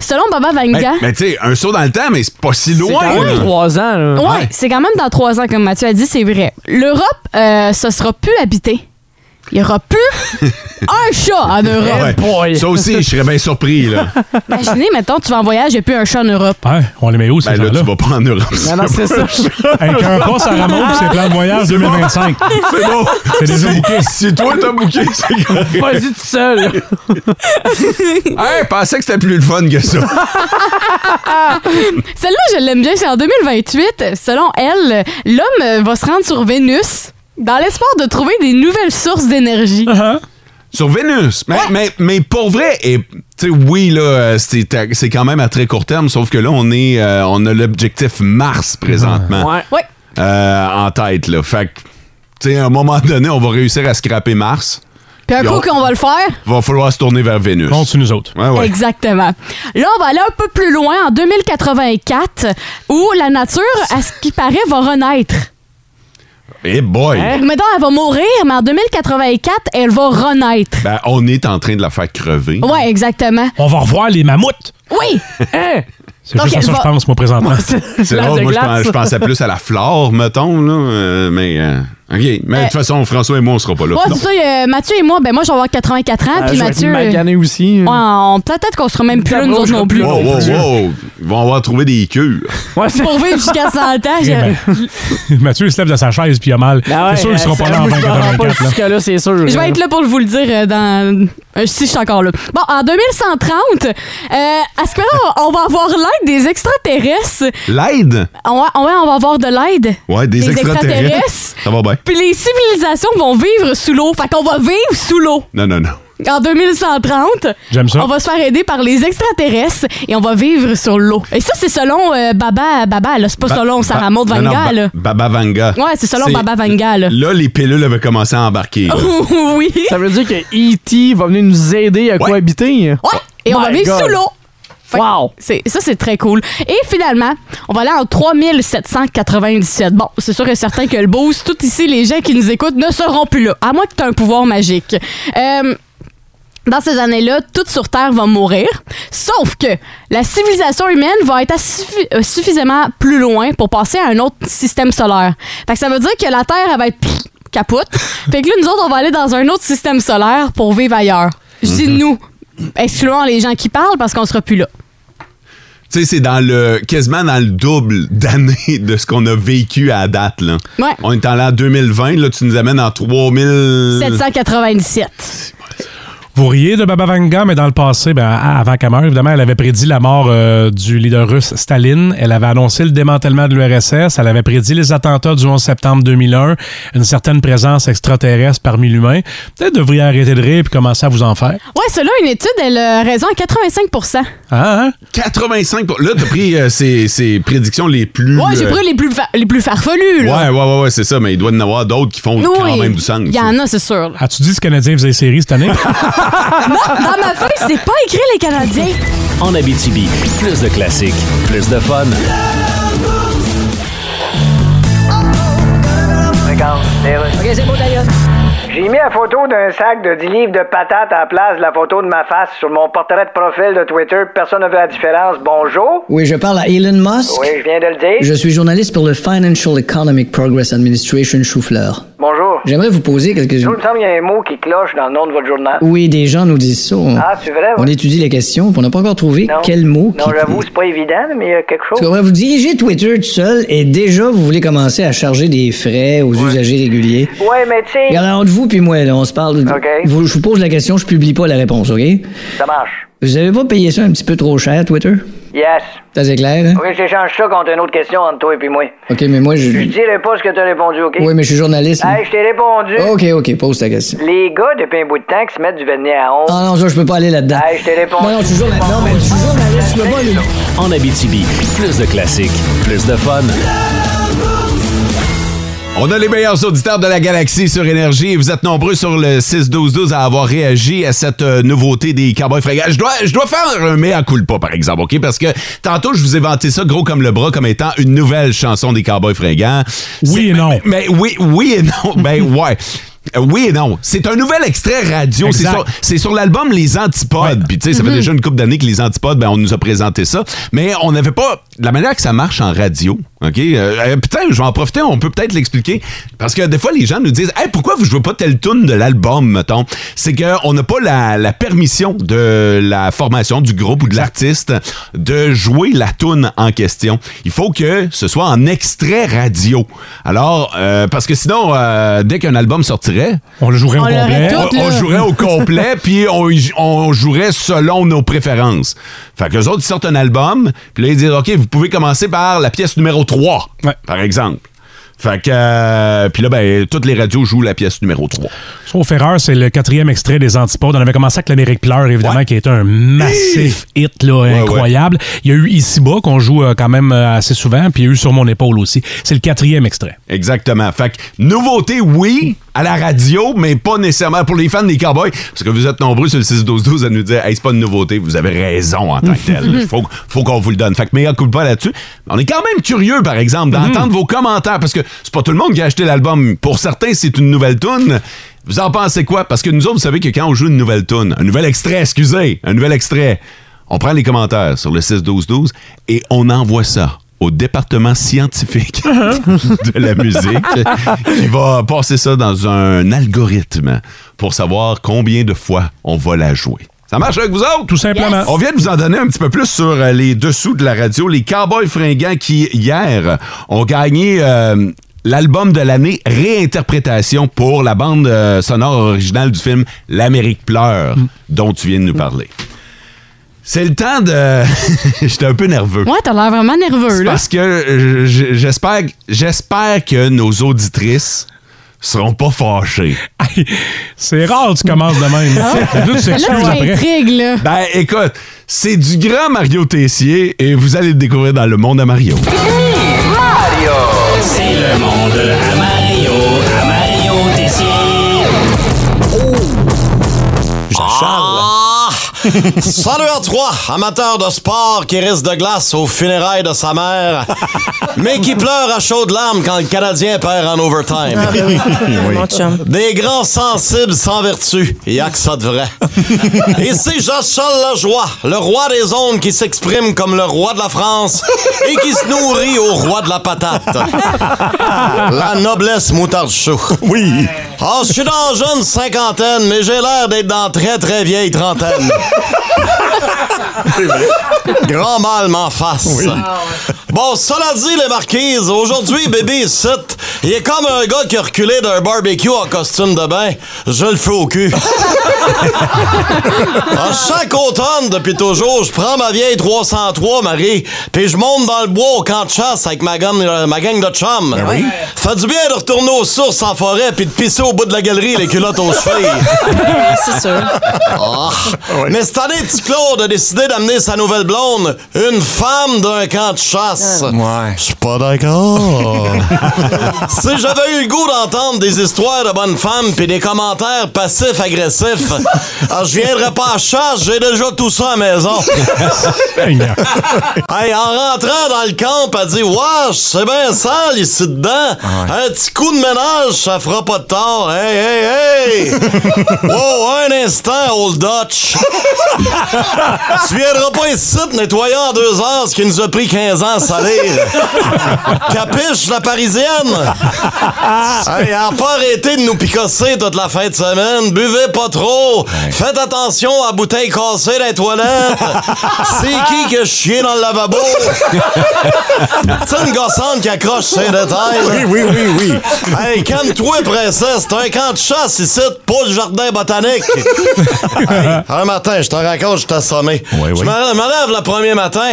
S4: selon Baba
S3: Ben,
S4: Vanga...
S3: ben, tu sais, un saut dans le temps, mais c'est pas si
S5: C'est
S3: loin.
S5: quand même
S3: là.
S5: trois ans,
S6: Euh,
S5: là.
S4: Ouais, c'est quand même dans trois ans, comme Mathieu a dit, c'est vrai. L'Europe, euh, ce sera plus habité. Il n'y aura plus un chat en Europe.
S3: Ouais.
S5: boy.
S3: Ça aussi, je serais bien surpris. Là.
S4: Imaginez, mettons, tu vas en voyage, il n'y a plus un chat en Europe.
S6: Hein? on les met où, ces
S3: Ben, là,
S6: gens-là?
S3: tu vas pas en Europe.
S5: Non, non, c'est ça.
S6: Avec un pas, Sarah Maud, puis ses plans de voyage 2025.
S3: C'est bon.
S6: C'est déjà
S3: Si-
S6: bouqué.
S3: Si toi, t'as bouqué, c'est correct.
S5: Vas-y tout seul.
S3: Hey, pensais que c'était plus le fun que ça.
S4: Ah, Celle-là, je l'aime bien. C'est en 2028. Selon elle, l'homme euh, va se rendre sur Vénus dans l'espoir de trouver des nouvelles sources d'énergie.
S6: Uh-huh.
S3: Sur Vénus. Mais, mais, mais pour vrai, et tu sais, oui, là, euh, c'est à- c'est quand même à très court terme, sauf que là, on est euh, on a l'objectif Mars présentement
S5: Ouais.
S4: Oui.
S3: euh, en tête. Là. Fait que, tu sais, à un moment donné, on va réussir à scraper Mars.
S4: Puis un
S3: Yo.
S4: coup qu'on va le faire.
S3: Va falloir se tourner vers Vénus.
S6: Compte sur nous autres.
S3: Ouais, Ah ouais.
S4: Exactement. Là, on va aller un peu plus loin en 2084 où la nature, à ce qui paraît, va renaître. Euh,
S3: Eh boy!
S4: Mettons, elle va mourir, mais en 2084, elle va renaître.
S3: Ben, on est en train de la faire crever.
S4: Ouais, exactement.
S3: Oh,
S6: On va revoir les mammouths.
S4: Oui!
S5: Hein?
S6: C'est
S4: Donc,
S6: juste à
S4: elle
S6: ça que
S4: va-
S6: je pense, moi, présentement.
S3: C'est
S5: Glace
S3: drôle,
S5: de
S3: moi, je,
S5: glace.
S3: pense- je pensais plus à la flore, mettons, là. euh, mais, euh, OK. Mais de toute façon, François et moi, on sera pas là.
S4: Ouais,
S3: Non.
S4: c'est ça, euh, Mathieu et moi, ben moi, je vais avoir 84 ans,
S5: Euh,
S4: puis
S5: je vais
S4: Mathieu.
S5: être magané aussi.
S4: ouais, on- peut-être qu'on sera même plus là, nous autres non plus.
S3: Wow, wow, wow! Ils vont avoir trouvé des cures.
S5: Ouais, c'est-
S4: Pour vivre jusqu'à 100 ans,
S6: Eh ben,
S4: je,
S6: Mathieu, il se lève de sa chaise puis il a mal.
S5: Ben ouais,
S6: c'est sûr
S5: euh,
S6: qu'ils seront
S5: ça,
S6: pas là en
S5: moi, je comprends pas
S6: 2084. là.
S5: Jusque-là, c'est sûr.
S4: je vais être là pour vous le dire euh, dans. euh, si je suis encore là. Bon, en 2130, euh, à ce que là, on va avoir l'aide des extraterrestres.
S3: L'aide?
S4: On va, ah on va- on va avoir de l'aide.
S3: Ouais, des,
S4: Des
S3: extraterrestres.
S4: extraterrestres.
S3: Ça va bien.
S4: Puis les civilisations vont vivre sous l'eau. Fait qu'on va vivre sous l'eau.
S3: Non, non, non.
S4: En 2130,
S6: J'aime ça.
S4: on va se faire aider par les extraterrestres et on va vivre sur l'eau. Et ça, c'est selon euh, Baba, Baba, là. C'est pas
S3: Ba-
S4: selon Sarah
S3: ba-
S4: Maud
S3: non, non,
S4: Vanga,
S3: ba-
S4: là.
S3: Baba Vanga.
S4: Ouais, c'est selon Baba Vanga, là. Oh.
S3: Là, les pilules avaient commencé à embarquer. là.
S4: oui.
S5: Ça veut dire que E.T. va venir nous aider à cohabiter. Oh
S4: Ouais. Et on va
S5: My
S4: vivre
S5: God.
S4: sous l'eau. Fait que
S5: Wow!
S4: Oh. c'est- ça, c'est très cool. Et finalement, on va aller en 3797. Bon, c'est sûr et certain que le boost, tout ici, les gens qui nous écoutent ne seront plus là, à moins que tu aies un pouvoir magique. Euh, dans ces années-là, tout sur Terre va mourir, sauf que la civilisation humaine va être assu- euh, suffisamment plus loin pour passer à un autre système solaire. Fait que ça veut dire que la Terre elle va être pff, capote. Fait que là, nous autres, on va aller dans un autre système solaire pour vivre ailleurs. Je dis nous, excluant les gens qui parlent parce qu'on sera plus là.
S3: Tu sais, c'est dans le quasiment dans le double d'années de ce qu'on a vécu à date. Là.
S4: Ouais.
S3: On est en l'an 2020, là, tu nous amènes en 3000...
S4: 797.
S6: Vous riez de Baba Vanga, mais dans le passé, ben, à- avant qu'elle meure, évidemment, elle avait prédit la mort euh, du leader russe Staline. Elle avait annoncé le démantèlement de l'URSS. Elle avait prédit les attentats du 11 septembre 2001, une certaine présence extraterrestre parmi l'humain. Peut-être devriez arrêter de rire et commencer à vous en faire.
S4: Ouais, cela, une étude, elle a raison à 85
S6: Hein, hein?
S3: 85 pour- Là, t'as pris euh, ses, ses prédictions les plus.
S4: Ouais, j'ai
S3: euh,
S4: pris les plus, fa- les plus farfelus, là.
S3: Ouais, ouais, ouais, ouais, c'est ça, mais il doit y en avoir d'autres qui font quand
S4: Oui,
S3: même du sens.
S4: Il y en a, c'est sûr. là.
S6: As-tu dit que le Canadien faisait série cette année?
S4: Dans ma feuille, c'est pas écrit les Canadiens.
S2: En Abitibi, plus de classiques, plus de fun.
S7: J'ai mis la photo d'un sac de 10 livres de patates à la place de la photo de ma face sur mon portrait de profil de Twitter. Personne n'a vu la différence. Bonjour.
S8: Oui, je parle à Elon Musk.
S7: Oui, je viens de le dire.
S8: Je suis journaliste pour le Financial Economic Progress Administration Choufleur.
S7: Bonjour.
S8: J'aimerais vous poser quelques...
S7: Il me semble qu'il y a un mot qui cloche dans le nom de votre journal.
S8: Oui, des gens nous disent ça. On,
S7: Ah, c'est vrai, ouais.
S8: on étudie les questions, puis on n'a pas encore trouvé
S7: Non.
S8: quel mot
S7: Non,
S8: qui...
S7: j'avoue, c'est pas évident, mais il y a quelque
S8: Parce que,
S7: chose.
S8: ouais, vous dirigez Twitter tout seul et déjà vous voulez commencer à charger des frais aux usagers réguliers.
S7: Ouais, mais tu sais,
S8: Regardez, entre vous puis moi, là, on se parle.
S7: OK.
S8: Vous- je vous pose la question, je publie pas la réponse, OK?
S7: ça marche.
S8: Vous avez pas payé ça un petit peu trop cher, Twitter?
S7: Yes.
S8: Ça, c'est clair, hein?
S7: Ok, j'échange ça contre une autre question entre toi et puis moi.
S8: OK, mais moi, je.
S7: Je dirai pas ce que t'as répondu, ok?
S8: Oui, mais je suis journaliste.
S7: Hey, je t'ai répondu.
S8: OK, OK, pose ta question.
S7: Les gars, depuis un bout de temps, qui se mettent du vernis à honte.
S8: Ah non, ça, je peux pas aller là-dedans.
S7: Hey, je t'ai répondu.
S8: Non, non, je suis journaliste. Non, mais je suis journaliste, je peux pas aller là.
S2: En Abitibi, plus de classiques, plus de fun.
S3: On a les meilleurs auditeurs de la galaxie sur Énergie et vous êtes nombreux sur le 6-12-12 à avoir réagi à cette euh, nouveauté des Cowboys fringants. Je dois, je dois faire un mea culpa, par exemple, OK? Parce que tantôt, je vous ai vanté ça gros comme le bras comme étant une nouvelle chanson des Cowboys fringants.
S6: Oui
S3: C'est-
S6: et non.
S3: Mais, mais oui, oui et non. Ben ouais. Euh, Oui et non. C'est un nouvel extrait radio. C'est
S6: Exact.
S3: sur, c'est sur l'album Les Antipodes. Puis tu sais,
S6: Mm-hmm.
S3: ça fait déjà une couple d'années que Les Antipodes, ben, on nous a présenté ça. Mais on n'avait pas... La manière que ça marche en radio, OK? Euh, euh, putain, je vais en profiter, on peut peut-être l'expliquer. Parce que des fois, les gens nous disent, hey, pourquoi vous jouez pas telle tune de l'album, mettons? C'est qu'on n'a pas la, la permission de la formation du groupe ou de l'artiste de jouer la tune en question. Il faut que ce soit en extrait radio. Alors, euh, parce que sinon, euh, dès qu'un album sortirait,
S6: On le jouerait au
S4: On
S6: complet.
S4: l'aurait tout.
S3: on, on
S4: là.
S3: jouerait au complet, puis on, y- on jouerait selon nos préférences. Fait que les autres, ils sortent un album, puis là, ils disent, OK, vous pouvez commencer par la pièce numéro 3,
S6: Ouais.
S3: par exemple. Fait que, euh, puis là, ben, toutes les radios jouent la pièce numéro 3.
S6: Sauf erreur, c'est le quatrième extrait des Antipodes. On avait commencé avec l'Amérique pleure, évidemment,
S3: Ouais.
S6: qui est un massif hit là,
S3: ouais.
S6: incroyable. Il y a eu Ici-Bas, qu'on joue euh, quand même euh, assez souvent, puis il y a eu Sur mon épaule aussi. C'est le quatrième extrait.
S3: Exactement. Fait que, nouveauté, oui, à la radio, mais pas nécessairement pour les fans des Cowboys, parce que vous êtes nombreux sur le 6-12-12 à nous dire, hey, c'est pas une nouveauté, vous avez raison en tant que tel. Faut, faut qu'on vous le donne. Fait que, meilleur coup de pas là-dessus. On est quand même curieux, par exemple, d'entendre vos commentaires, parce que c'est pas tout le monde qui a acheté l'album. Pour certains, c'est une nouvelle tune. Vous en pensez quoi? Parce que nous autres, vous savez que quand on joue une nouvelle tune, un nouvel extrait, excusez, un nouvel extrait, on prend les commentaires sur le 6-12-12 et on envoie ça au département scientifique de la musique qui va passer ça dans un algorithme pour savoir combien de fois on va la jouer. Ça marche avec vous autres?
S6: Tout simplement.
S3: On vient de vous en donner un petit peu plus sur euh, les dessous de la radio. Les Cowboys fringants qui, hier, ont gagné euh, l'album de l'année réinterprétation pour la bande euh, sonore originale du film L'Amérique pleure,
S6: Mm.
S3: dont tu viens de nous parler. C'est le temps de... J'étais un peu nerveux.
S4: Ouais, t'as l'air vraiment nerveux,
S3: C'est
S4: là.
S3: parce que euh, j- j'espère j'espère que nos auditrices seront pas fâchées.
S6: c'est rare, tu commences de même. D'habitude, tu
S4: Ah. Là,
S6: t'excuses
S4: tu
S6: après.
S4: m'intrigues, là.
S3: Ben écoute, c'est du grand Mario Tessier et vous allez le découvrir dans le monde à Mario.
S2: C'est le monde à Mario, à Mario
S9: Ah! Salut à toi, amateur de sport qui risque de glace aux funérailles de sa mère, mais qui pleure à chaudes larmes quand le Canadien perd en overtime. Des grands sensibles sans vertu, il y a que ça de vrai. Ici la joie, le roi des ondes qui s'exprime comme le roi de la France et qui se nourrit au roi de la patate. La noblesse moutarde chou. Oui. Ah, je suis dans la jeune cinquantaine, mais j'ai l'air d'être dans très très vieille trentaine. Grand mal m'en face. Bon, cela dit, les marquises, aujourd'hui, bébé ici, il est comme un gars qui a reculé d'un barbecue en costume de bain. Je le fais au cul. À chaque automne, depuis toujours, je prends ma vieille 303, Marie, puis je monte dans le bois au camp de chasse avec ma, gomme- euh, ma gang de chums. Fait du bien de retourner aux sources en forêt puis de pisser au bout de la galerie les culottes aux chevilles.
S10: c'est sûr.
S9: Ah! Mais cette année, petit Claude a décidé d'amener sa nouvelle blonde, une femme d'un camp de chasse.
S10: Ouais.
S9: Je suis pas d'accord. si j'avais eu le goût d'entendre des histoires de bonnes femmes puis des commentaires passifs-agressifs, ah, je viendrais pas à chasse, j'ai déjà tout ça à la maison. Ben,
S6: Seigneur.
S9: Hey, en rentrant dans le camp, elle dit Wesh, c'est bien sale ici dedans. Un petit coup de ménage, ça fera pas de tort. Hey, hey, hey Wow, un instant, old Dutch Tu viendras pas ici te nettoyer en deux heures ce qui nous a pris 15 ans à salir. Capiche, la parisienne Hey, elle Ah, a pas arrêté de nous picasser toute la fin de semaine. Buvez pas trop. Faites attention à la bouteille cassée dans les toilettes. C'est qui que je chier dans le lavabo? C'est une gossante qui accroche ses détails.
S10: Oui, oui, oui, oui.
S9: Hey, calme-toi, princesse. C'est un camp de chasse ici, pas le jardin botanique. Hey, un matin, je te raconte, je t'ai assommé.
S10: Oui, oui.
S9: Je me je me lève le premier matin.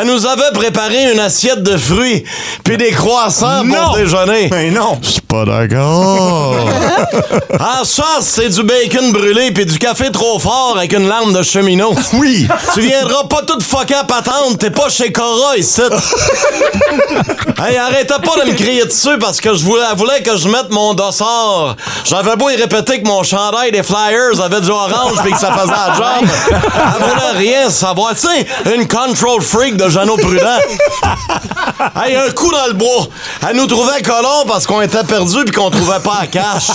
S9: Elle nous avait préparé une assiette de fruits puis des croissants pour déjeuner.
S10: Mais Ben non.
S9: Je suis pas d'accord. Oh. en chasse, c'est du bacon brûlé puis du café trop fort avec une larme de cheminot.
S10: Oui.
S9: Tu viendras pas toute fuckée à patente, t'es pas chez Cora ici. hey, arrêtez pas de me crier dessus parce que je voulais, elle voulait que je mette mon dossard. J'avais beau y répéter que mon chandail des Flyers avait du orange et que ça faisait la job. Elle voulait rien savoir. Tu sais, une control freak de Jeannot Prudent. hey, un coup dans le bois. Elle nous trouvait colons parce qu'on était perdus puis qu'on trouvait pas la cache.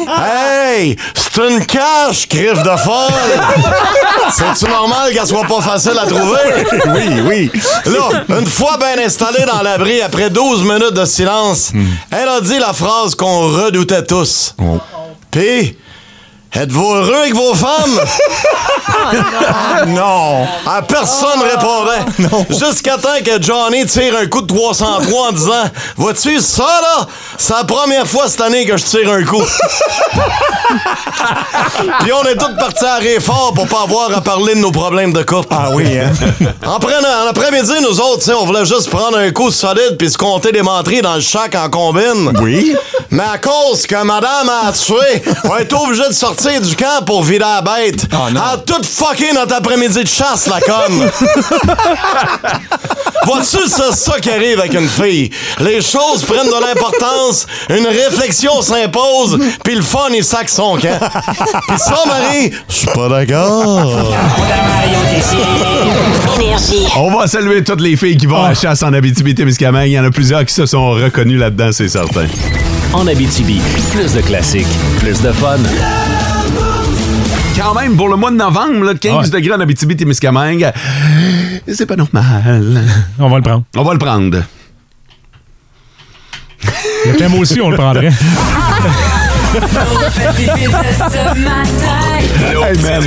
S9: hey, c'est une cache, crif de folle. C'est-tu normal qu'elle soit pas facile à trouver?
S10: Oui, oui.
S9: Là, une fois bien installée dans l'abri, après 12 minutes de silence,
S10: Hmm.
S9: elle a dit la phrase qu'on redoutait tous.
S10: Oh.
S9: Puis, êtes-vous heureux avec vos femmes?
S10: Non.
S9: À personne répondait. Jusqu'à temps que Johnny tire un coup de 303 en disant Vois-tu, ça là, c'est la première fois cette année que je tire un coup. Puis on est tous partis à rire fort pour pas avoir à parler de nos problèmes de couple.
S10: Ah oui, hein?
S9: En, prenant, en après-midi, nous autres, tu sais, on voulait juste prendre un coup solide puis se compter des menteries dans le chac en combine.
S10: Oui.
S9: Mais à cause que madame a tué, on est obligé de sortir du camp pour vider la bête.
S10: Oh, non.
S9: En toute fucking notre après-midi de chasse, la conne. Vois-tu, c'est ça qui arrive avec une fille. Les choses prennent de l'importance, une réflexion s'impose, puis le fun, il sac son camp. Puis ça, Marie, je suis pas d'accord.
S3: On va saluer toutes les filles qui vont
S6: Ah.
S3: à la chasse en Abitibi-Témiscamingue. Il y en a plusieurs qui se sont reconnues là-dedans, c'est certain.
S2: En Abitibi, plus de classiques, plus de fun.
S3: Quand même, pour le mois de novembre, là, 15 degrés en Abitibi-Témiscamingue, euh, c'est pas normal.
S6: On va le prendre.
S3: On va le prendre.
S6: Le thème aussi, on le prendrait.
S3: Hey, man.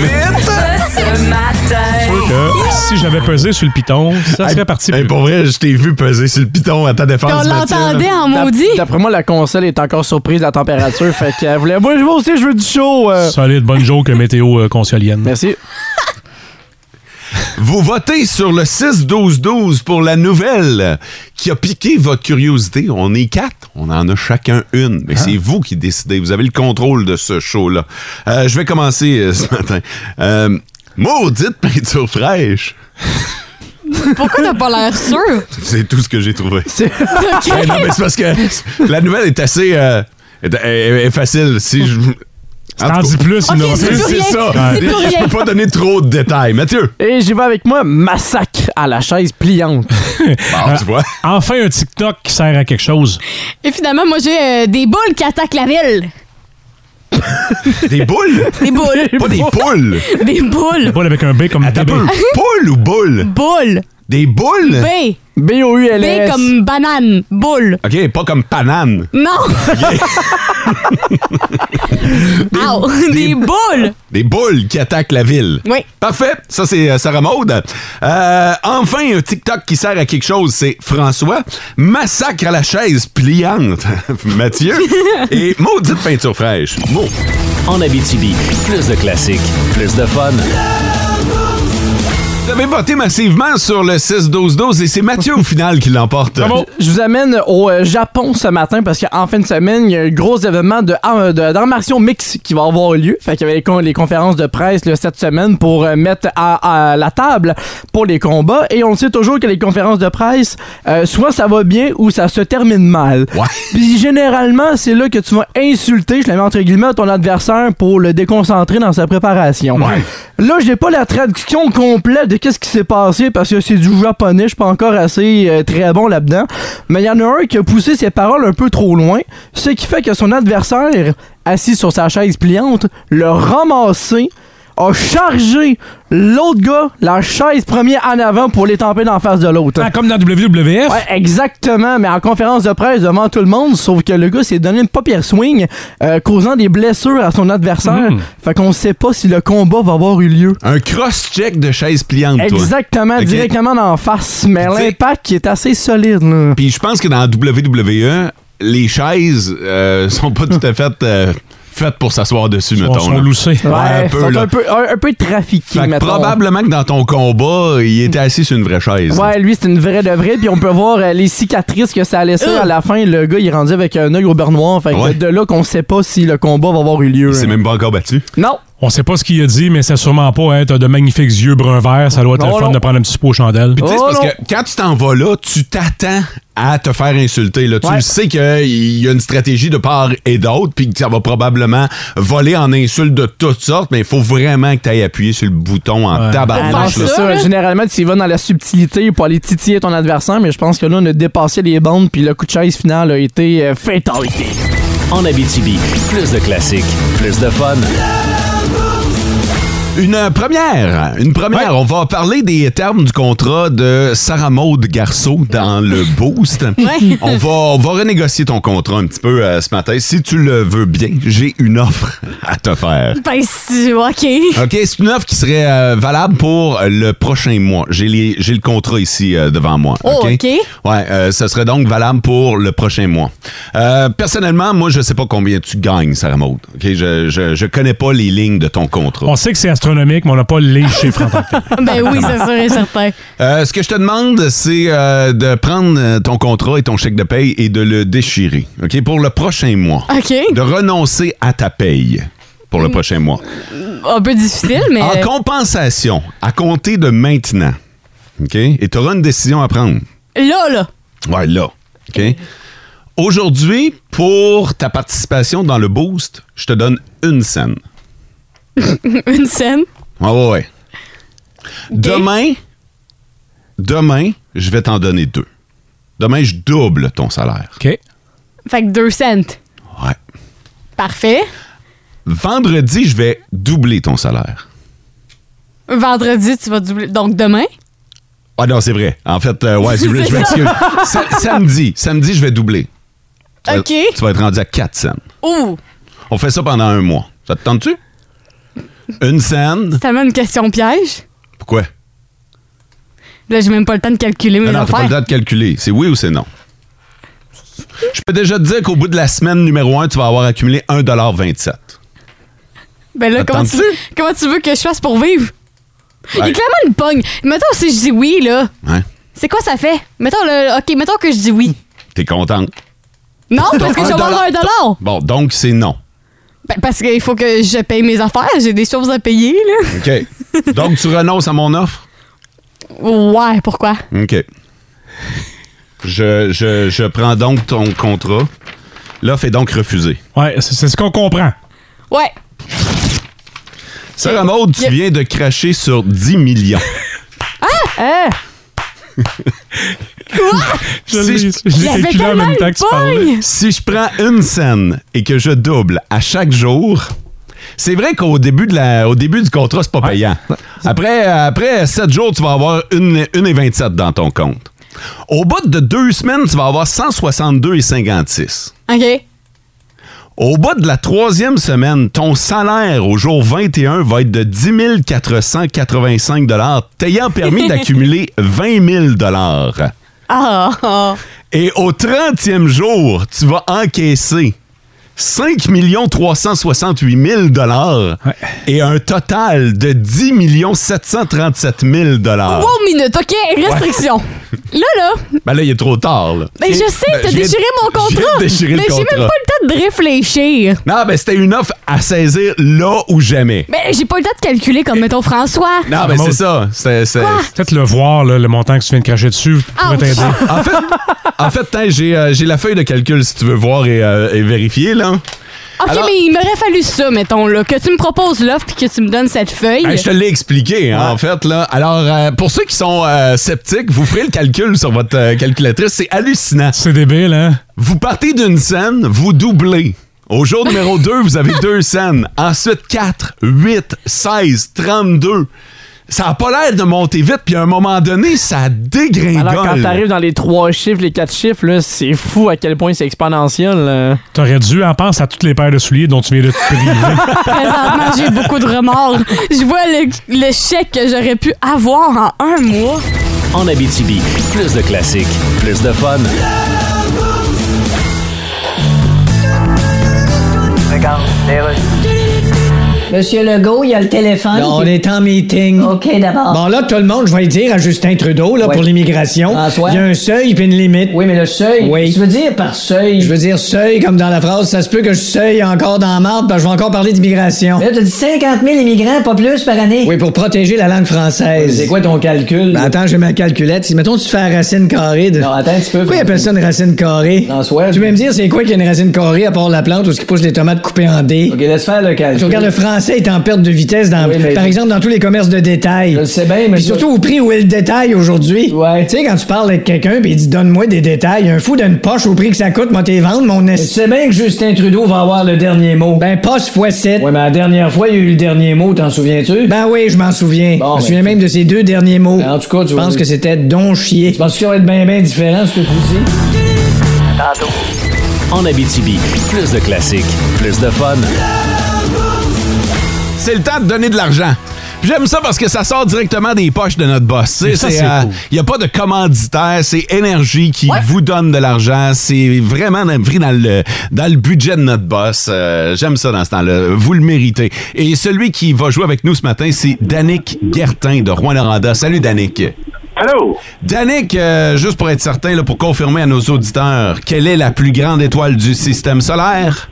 S6: Que si j'avais pesé sur le piton, ça serait parti.
S3: Hey,
S6: plus.
S3: pour vrai, je t'ai vu peser sur le piton à ta défense.
S4: Puis on
S3: Mathieu.
S4: l'entendait en
S5: D'ap-
S4: maudit.
S5: D'après moi, la console est encore surprise de la température. fait qu'elle voulait. Moi, je veux aussi, je veux du chaud. euh.
S6: Solide, bonne joke météo euh, consolienne.
S5: Merci.
S3: Vous votez sur le 6-12-12 pour la nouvelle qui a piqué votre curiosité. On est quatre, on en a chacun une.
S6: Ah.
S3: Mais c'est vous qui décidez. Vous avez le contrôle de ce show-là. Euh, je vais commencer euh, ce matin. Euh, maudite peinture fraîche.
S4: Pourquoi t'as pas l'air sûr?
S3: C'est tout ce que j'ai trouvé.
S5: C'est-
S3: Eh non, mais c'est parce que la nouvelle est assez. euh, est, est- est facile. Si je. En
S6: T'en
S3: tout
S6: dis
S3: cas,
S6: plus, il
S4: Ok,
S6: en
S4: c'est
S3: c'est
S6: fait.
S4: plus rien.
S3: ça.
S4: C'est plus
S3: Je
S4: rien.
S3: peux pas donner trop de détails. Mathieu,
S5: Et j'y vais avec moi, massacre à la chaise pliante.
S3: bon, tu vois.
S6: Euh, Enfin, un TikTok qui sert à quelque chose.
S4: Et finalement, moi, j'ai euh, des boules qui attaquent la ville.
S3: Des boules?
S4: Des boules.
S3: Pas des poules!
S4: Des boules.
S6: Pas avec un B comme
S3: Attends,
S6: DB.
S3: poule ou boule?
S4: Boules.
S6: Ben.
S3: Des boules?
S4: B.
S5: B-O-U-L-S.
S4: B comme banane, boule.
S3: OK, pas comme panane.
S4: Non! Ow, des boules!
S3: Des boules qui attaquent la ville.
S4: Oui.
S3: Parfait. Ça, c'est euh, Sarah Maude. Euh, enfin, un TikTok qui sert à quelque chose, c'est François. Massacre à la chaise pliante. Mathieu. Et maudite peinture fraîche. Bon.
S2: En Abitibi, plus de classiques, plus de fun.
S3: Vous avez voté massivement sur le 6-12-12 et c'est Mathieu au final qui l'emporte.
S5: Je vous amène au euh, Japon ce matin parce qu'en fin de semaine, il y a un gros événement de, ah, de- d'arts martiaux mix qui va avoir lieu. Fait qu'il y avait les, con- les conférences de presse là, cette semaine pour euh, mettre à, à la table pour les combats. Et on le sait toujours que les conférences de presse, euh, soit ça va bien ou ça se termine mal. Puis généralement, c'est là que tu vas insulter, je la mets entre guillemets, ton adversaire pour le déconcentrer dans sa préparation. Là, j'ai pas la traduction complète de qu'est-ce qui s'est passé parce que c'est du japonais, je suis pas encore assez euh, très bon là-dedans. Mais il y en a un qui a poussé ses paroles un peu trop loin, ce qui fait que son adversaire, assis sur sa chaise pliante, l'a ramassé a chargé l'autre gars, la chaise première en avant pour les tamper d'en face de l'autre.
S3: Ah,
S6: comme dans WWF.
S5: Ouais, exactement, mais en conférence de presse devant tout le monde, sauf que le gars s'est donné une paupière swing, euh, causant des blessures à son adversaire.
S3: Mhm.
S5: Fait qu'on sait pas si le combat va avoir eu lieu.
S3: Un cross-check de chaise pliante, toi.
S5: Exactement,
S3: Ok.
S5: directement dans la face. Mais
S3: Puis tu sais-
S5: l'impact qui est assez solide, là.
S3: Puis je pense que dans WWE, les chaises euh, sont pas tout à fait euh, faites pour s'asseoir dessus, mettons.
S6: sont
S3: là.
S6: loussées.
S3: Ouais, un
S5: Ouais,
S3: peu,
S5: sont
S3: là.
S5: un peu, un, un peu trafiqués,
S3: Fait que
S5: mettons.
S3: probablement que dans ton combat, il était assis sur une vraie chaise.
S5: Ouais, lui, c'est une vraie de vraie. Puis on peut voir euh, les cicatrices que ça a laissé à la fin. Le gars, il est rendu avec un œil au beurre noir. Fait que
S3: Euh! Ouais.
S5: de là qu'on sait pas si le combat va avoir eu lieu.
S3: C'est même pas encore battu.
S5: Non!
S6: On sait pas ce qu'il a dit, mais c'est sûrement pas, hein, t'as de magnifiques yeux brun vert, ça doit être
S5: Non,
S6: le fun
S5: non.
S6: de prendre un petit pot aux chandelles.
S3: Puis tu sais,
S5: Oh,
S3: c'est
S4: Oh,
S3: parce que quand tu t'en vas là, tu t'attends à te faire insulter. Là. Tu
S5: Ouais.
S3: le sais qu'il y a une stratégie de part et d'autre, puis que ça va probablement voler en insultes de toutes sortes, mais il faut vraiment que tu ailles appuyer sur le bouton en
S5: Ah non,
S3: tabarnak.
S5: c'est
S3: Bah, là.
S5: ça. Généralement, tu y vas dans la subtilité pour aller titiller ton adversaire, mais je pense que là, on a dépassé les bandes, puis le coup de chaise final a été euh, fatalité.
S2: En Abitibi, plus de classiques, plus de fun.
S3: Une euh, première, une première. On va parler des termes du contrat de Sarah Maude Garceau dans le Boost.
S10: Ouais.
S3: On va, on va renégocier ton contrat un petit peu euh, ce matin. Si tu le veux bien, j'ai une offre à te faire.
S4: Ben, c'est- OK.
S3: OK, c'est une offre qui serait euh, valable pour euh, le prochain mois. J'ai les- j'ai le contrat ici euh, devant moi.
S4: Oh, OK.
S3: Ouais, euh, ça serait donc valable pour le prochain mois. Euh, personnellement, moi, je sais pas combien tu gagnes, Sarah Maude. OK, je, je, je connais pas les lignes de ton contrat.
S6: On sait que c'est astronomique, mais on n'a pas les chiffres en tant que tel.
S4: Ben oui, c'est sûr et certain.
S3: Euh, ce que je te demande, c'est euh, de prendre euh, ton contrat et ton chèque de paye et de le déchirer, OK, pour le prochain mois.
S4: OK.
S3: De renoncer à ta paye pour le prochain mois.
S4: Un peu difficile, mais. euh,
S3: En compensation, à compter de maintenant, OK, et tu auras une décision à prendre.
S4: Ah, Là, là.
S3: Ouais, là, OK. Aujourd'hui, pour ta participation dans le Boost, je te donne une scène.
S4: Une scène.
S3: Ouais, ouais, ouais. Demain, demain, je vais t'en donner deux. Demain, je double ton salaire.
S6: OK.
S4: Fait que deux cents.
S3: Ouais.
S4: Parfait.
S3: Vendredi, je vais doubler ton salaire.
S4: Vendredi, tu vas doubler. Donc, demain.
S3: Ah non, c'est vrai. En fait, euh, ouais, c'est vrai. Je
S4: C'est ça.
S3: m'excuse. Sa- samedi, samedi, je vais doubler. Tu vas-
S4: OK.
S3: Tu vas être rendu à 4 cents.
S4: Ouh.
S3: On fait ça pendant un mois. Ça te tente-tu? Une scène.
S4: C'est tellement une question piège.
S3: Pourquoi?
S4: Là, j'ai même pas le temps de calculer mes
S3: Non, non, t'as pas le
S4: affaires.
S3: droit de calculer. C'est oui ou c'est non? Je peux déjà te dire qu'au bout de la semaine numéro 1, tu vas avoir accumulé 1,27
S4: Ben là, comment tu,
S3: Attends-tu?
S4: comment tu veux que je fasse pour vivre? Il y
S3: Ouais.
S4: a clairement une pogne. Mettons si je dis oui, là.
S3: Hein?
S4: C'est quoi ça fait? Mettons le. OK, mettons que je dis oui.
S3: T'es contente?
S4: Non, parce que je vais avoir un dollar.
S3: Bon, donc c'est non.
S4: Ben, parce qu'il faut que je paye mes affaires. J'ai des choses à payer, là.
S3: OK. donc tu renonces à mon offre?
S4: Ouais, pourquoi?
S3: OK. Je, je- je prends donc ton contrat. L'offre est donc refusée.
S6: Ouais, c'est c'est ce qu'on comprend.
S4: Ouais.
S3: Sarah Maud, tu viens de cracher sur 10 millions.
S4: Ah! Hein?
S6: Je
S3: Si
S6: l'ai- je l'ai
S3: Il avait
S6: calculé en même
S3: tellement
S6: temps que tu parlais.
S3: Si je prends une scène et que je double à chaque jour, c'est vrai qu'au début, de la, au début du contrat, c'est pas payant. Après, après 7 jours, tu vas avoir une, une et 27 dans ton compte. Au bout de deux semaines, tu vas avoir 162,56.
S4: OK.
S3: Au bout de la troisième semaine, ton salaire au jour 21 va être de 10 485 t'ayant permis d'accumuler 20 000
S4: Ah, ah.
S3: Et au 30e jour, tu vas encaisser 5 368 000 et un total de 10 737 000
S4: Wow, minute, OK, restriction. Là, là,
S3: Ben là, il est trop tard. Là.
S4: ben, je sais,
S3: Ben,
S4: t'as
S3: je viens-
S4: déchiré mon
S3: je viens de
S4: contrat.
S3: déchirer le
S4: mais j'ai même pas
S3: contrat.
S4: le temps de réfléchir.
S3: Non, ben c'était une offre à saisir là ou jamais.
S4: Mais j'ai pas le temps de calculer comme, mettons, François.
S3: Non, ben c'est ça. C'est- c'est-
S6: Peut-être le voir, là, le montant que tu viens de cracher dessus, pourrait
S4: Ouch.
S6: t'aider.
S3: En fait, en fait hein, j'ai euh, j'ai la feuille de calcul si tu veux voir et, euh, et vérifier. là.
S4: Ah, OK,
S3: Alors-
S4: mais il m'aurait fallu ça, mettons, là, que tu me proposes l'offre puis que tu me donnes cette feuille.
S3: Hey, je te l'ai expliqué, hein, en fait. Là. Alors, euh, pour ceux qui sont euh, sceptiques, vous ferez le calcul sur votre euh, calculatrice. C'est hallucinant.
S6: C'est débile, hein?
S3: Vous partez d'une scène, vous doublez. Au jour numéro 2, vous avez deux scènes. Ensuite, 4, 8, 16, 32. Ça n'a pas l'air de monter vite, puis à un moment donné, ça dégringole.
S5: Alors, quand t'arrives dans les trois chiffres, les quatre chiffres, là, c'est fou à quel point c'est exponentiel. là.
S6: T'aurais dû en penser à toutes les paires de souliers dont tu viens de te priver.
S4: Présentement, j'ai beaucoup de remords. Je vois le, le chèque que j'aurais pu avoir en un mois.
S2: En Abitibi, plus de classiques, plus de fun.
S11: Monsieur Legault, il y a le téléphone.
S8: Là, on est en meeting.
S11: OK, d'abord.
S8: Bon, là, tout le monde, je vais le dire à Justin Trudeau, là,
S11: Ouais.
S8: pour l'immigration.
S11: François?
S8: Il y a un seuil puis une limite.
S11: Oui, mais le seuil.
S8: Oui.
S11: Tu veux dire par seuil?
S8: Je veux dire seuil, comme dans la phrase, ça se peut que je seuille encore dans la marde, parce que je vais encore parler d'immigration.
S11: Mais là, t'as dit 50 000 immigrants, pas plus par année.
S8: Oui, pour protéger la langue française.
S11: C'est quoi ton calcul?
S8: Ben, attends, j'ai ma calculette. Si, mettons, tu fais la racine carrée de...
S11: Non, attends un petit peu.
S8: Pourquoi ils appellent ça une racine carrée?
S11: François.
S8: Tu veux me dire, c'est quoi qu'il y a une racine carrée à part la plante ou ce qui pousse les tomates coupées en dés?
S11: OK, laisse faire le calcul.
S8: Tu regardes le français est en perte de vitesse, dans,
S11: Oui, mais-
S8: par exemple, dans tous les commerces de détail.
S11: Je le sais bien, mais
S8: Puis
S11: je-
S8: surtout au prix où est le détail aujourd'hui.
S11: Ouais.
S8: Tu sais, quand tu parles avec quelqu'un puis il dit donne-moi des détails, un fou d'une poche au prix que ça coûte, moi t'es vendre, mon
S11: Tu
S8: est.
S11: sais bien que Justin Trudeau va avoir le dernier mot.
S8: Ben, poche fois 7.
S11: Ouais, mais la dernière fois, il y a eu le dernier mot, t'en souviens-tu?
S8: Ben oui, je m'en souviens.
S11: Bon,
S8: je me
S11: ben-
S8: souviens même de ces deux derniers mots.
S11: Ben, en tout cas, tu
S8: Je pense
S11: vas-
S8: que c'était don chier.
S11: Tu penses qu'il va être bien, bien différent, ce que tu dis?
S2: En Abitibi, plus de classiques, plus de fun.
S3: C'est le temps de donner de l'argent. Puis J'aime ça parce que ça sort directement des poches de notre boss. Tu sais,
S6: Mais ça,
S3: c'est,
S6: c'est
S3: euh,
S6: cool.
S3: Il n'y a pas de commanditaire, c'est énergie qui vous donne de l'argent. C'est vraiment dans- pris dans le, dans le budget de notre boss. Euh, J'aime ça dans ce temps-là. Vous le méritez. Et celui qui va jouer avec nous ce matin, c'est Danick Guertin de Rouen-Noranda. Salut, Danick.
S12: Allô?
S3: Danick, euh, juste pour être certain, là, pour confirmer à nos auditeurs, quelle est la plus grande étoile du système solaire?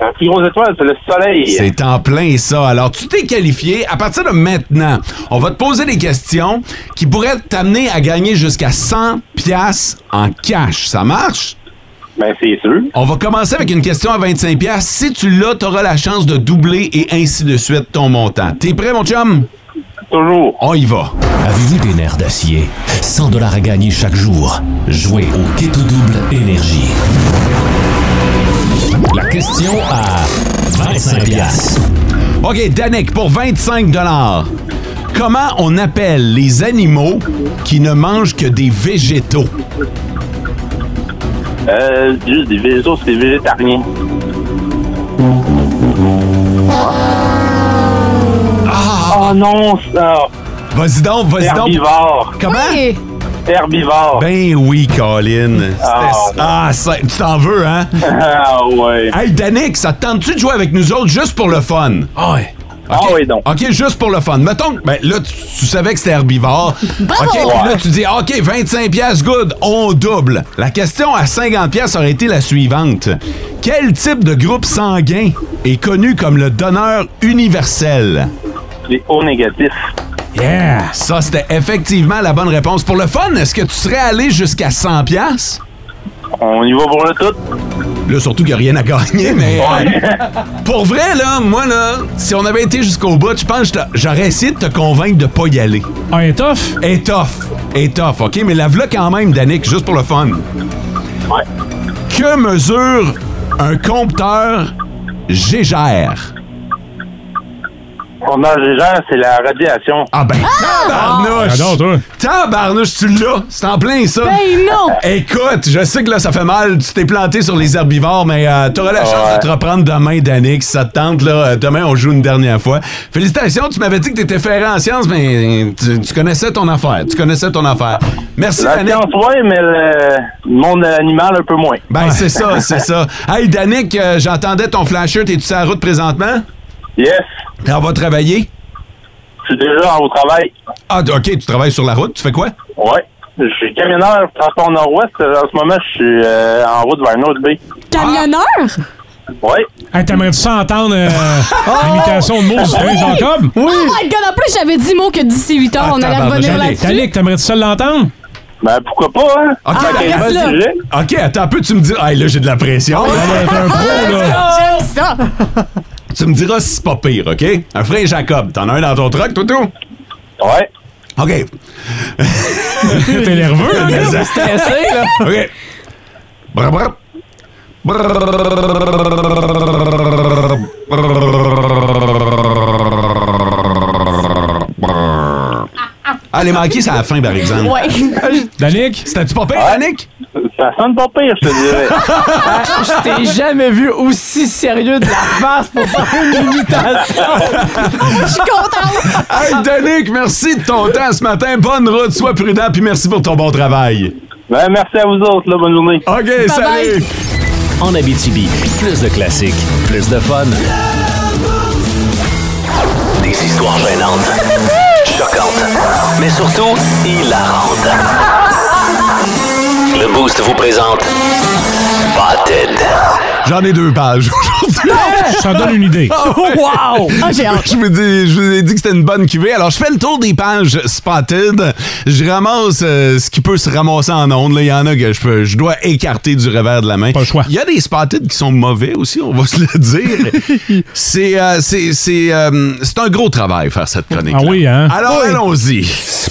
S12: La plus grosse étoile, c'est le soleil.
S3: C'est en plein ça. Alors, tu t'es qualifié. À partir de maintenant, on va te poser des questions qui pourraient t'amener à gagner jusqu'à 100 pièces en cash. Ça marche?
S12: Ben, c'est sûr.
S3: On va commencer avec une question à 25 pièces. Si tu l'as, tu auras la chance de doubler et ainsi de suite ton montant. T'es prêt, mon chum?
S12: Toujours.
S3: On y va.
S2: Avez-vous des nerfs d'acier? 100 dollars à gagner chaque jour. Jouez au Keto Double Énergie. La question à 25 piastres.
S3: OK, Danick, pour 25 comment on appelle les animaux qui ne mangent que des végétaux?
S12: Euh, juste des végétaux, c'est des végétariens. Ah! Oh non, ça!
S3: Vas-y donc, vas-y donc.
S12: Herbivore!
S3: Comment?
S4: Oui.
S12: Herbivore!
S3: Ben oui, Colin. C'était-
S12: Ah, ouais.
S3: Ah, ça- tu t'en veux, hein?
S12: Ah ouais!
S3: Hey, Danick, ça te tente-tu de jouer avec nous autres juste pour le fun?
S6: Ah ouais.
S12: Ah
S3: OK.
S12: oui, donc.
S3: OK, juste pour le fun. Mettons, que- ben là, tu, tu savais que c'était herbivore. OK, puis là, tu dis, OK, 25 pièces, good, on double. La question à 50 pièces aurait été la suivante. Quel type de groupe sanguin est connu comme le donneur universel?
S12: Les hauts négatifs.
S6: Yeah!
S3: Ça, c'était effectivement la bonne réponse. Pour le fun, est-ce que tu serais allé jusqu'à 100 pièces?
S12: On y va pour le tout.
S3: Là, surtout qu'il n'y a rien à gagner, mais... euh,
S12: Ouais.
S3: Pour vrai, là, moi, là, si on avait été jusqu'au bout, je pense que je t'a- j'aurais essayé de te convaincre de pas y aller.
S6: Un étoffe?
S3: Et tough, et tough, OK? Mais la v'là quand même, Danick, juste pour le fun.
S12: Ouais.
S3: Que mesure un compteur Gégère?
S12: Sondage des gens, c'est la radiation.
S3: Ah ben, tabarnouche! Tabarnouche, tu l'as! C'est en plein ça! Eh,
S12: Ben non!
S3: Écoute, je sais que là, ça fait mal, tu t'es planté sur les herbivores, mais euh, t'auras la chance
S12: Ouais.
S3: de te reprendre demain, Danick, si ça te tente, là. Euh, Demain, on joue une dernière fois. Félicitations, tu m'avais dit que t'étais ferré en sciences, mais euh, tu, tu connaissais ton affaire. Tu connaissais ton affaire. Merci,
S12: La
S3: Danick.
S12: science, oui, mais le le monde animal, un peu moins.
S3: Ben, c'est ça, c'est ça. Hey, Danick, euh, j'entendais ton flasher, t'es-tu sur la route présentement?
S12: Yes.
S3: on va travailler?
S12: Je suis déjà au travail.
S3: Ah, OK, tu travailles sur la route, tu fais quoi?
S12: Ouais. Je suis camionneur transport nord-ouest. En ce moment, je suis euh, en route vers North Bay.
S4: Camionneur?
S12: Ouais.
S6: Hey, t'aimerais-tu ça entendre euh, l'imitation de
S4: Ah,
S6: mots du train, Jacob?
S4: Oh my god, en plus, j'avais 10 mots que d'ici 8
S3: Ah,
S4: heures, on allait revenir là-dessus.
S6: Talik, t'aimerais-tu ça l'entendre?
S12: Ben, pourquoi pas, hein?
S3: OK,
S4: Ah,
S3: ben,
S4: reste là.
S3: vas-y. OK, attends un peu, tu me dis. Hey, là, j'ai de la pression.
S4: J'aime ça!
S3: Tu me diras si c'est pas pire, OK? Un frère Jacob, t'en as un dans ton truck, Toto?
S12: Ouais.
S3: OK.
S6: T'es nerveux, là,
S3: Mais
S6: gars?
S3: ça-
S6: Stressé, là.
S3: OK. Brr, brr. Ah, les manqués, c'est à la fin, par exemple.
S12: Ouais.
S6: Danick?
S3: C'était-tu pas pire, Danick?
S12: Ça sonne pas pire, je te dirais.
S5: Je t'ai jamais vu aussi sérieux de la face pour faire une imitation.
S4: Je suis contente!
S3: Hey, Danick, merci de ton temps ce matin. Bonne route, sois prudent, puis merci pour ton bon travail.
S12: Ben, merci à vous autres, là, bonne journée.
S3: OK, salut!
S2: En Abitibi, plus de classiques, plus de fun. Des histoires gênantes, choquantes, mais surtout hilarantes. Le Boost vous présente Spotted.
S3: J'en ai deux pages
S6: aujourd'hui. Ça donne une idée. Ah,
S3: wow! Je vous, dis- je vous ai dit que c'était une bonne cuvée. Alors, je fais le tour des pages spotted. Je ramasse euh, ce qui peut se ramasser en ondes. là. Il y en a que je, peux- je dois écarter du revers de la main. Pas choix. Il y a des spotted qui sont mauvais aussi, on va se le dire. c'est euh, c'est- c'est, euh, c'est un gros travail faire cette chronique.
S6: Ah oui, hein?
S3: Alors,
S6: Oui.
S3: allons-y.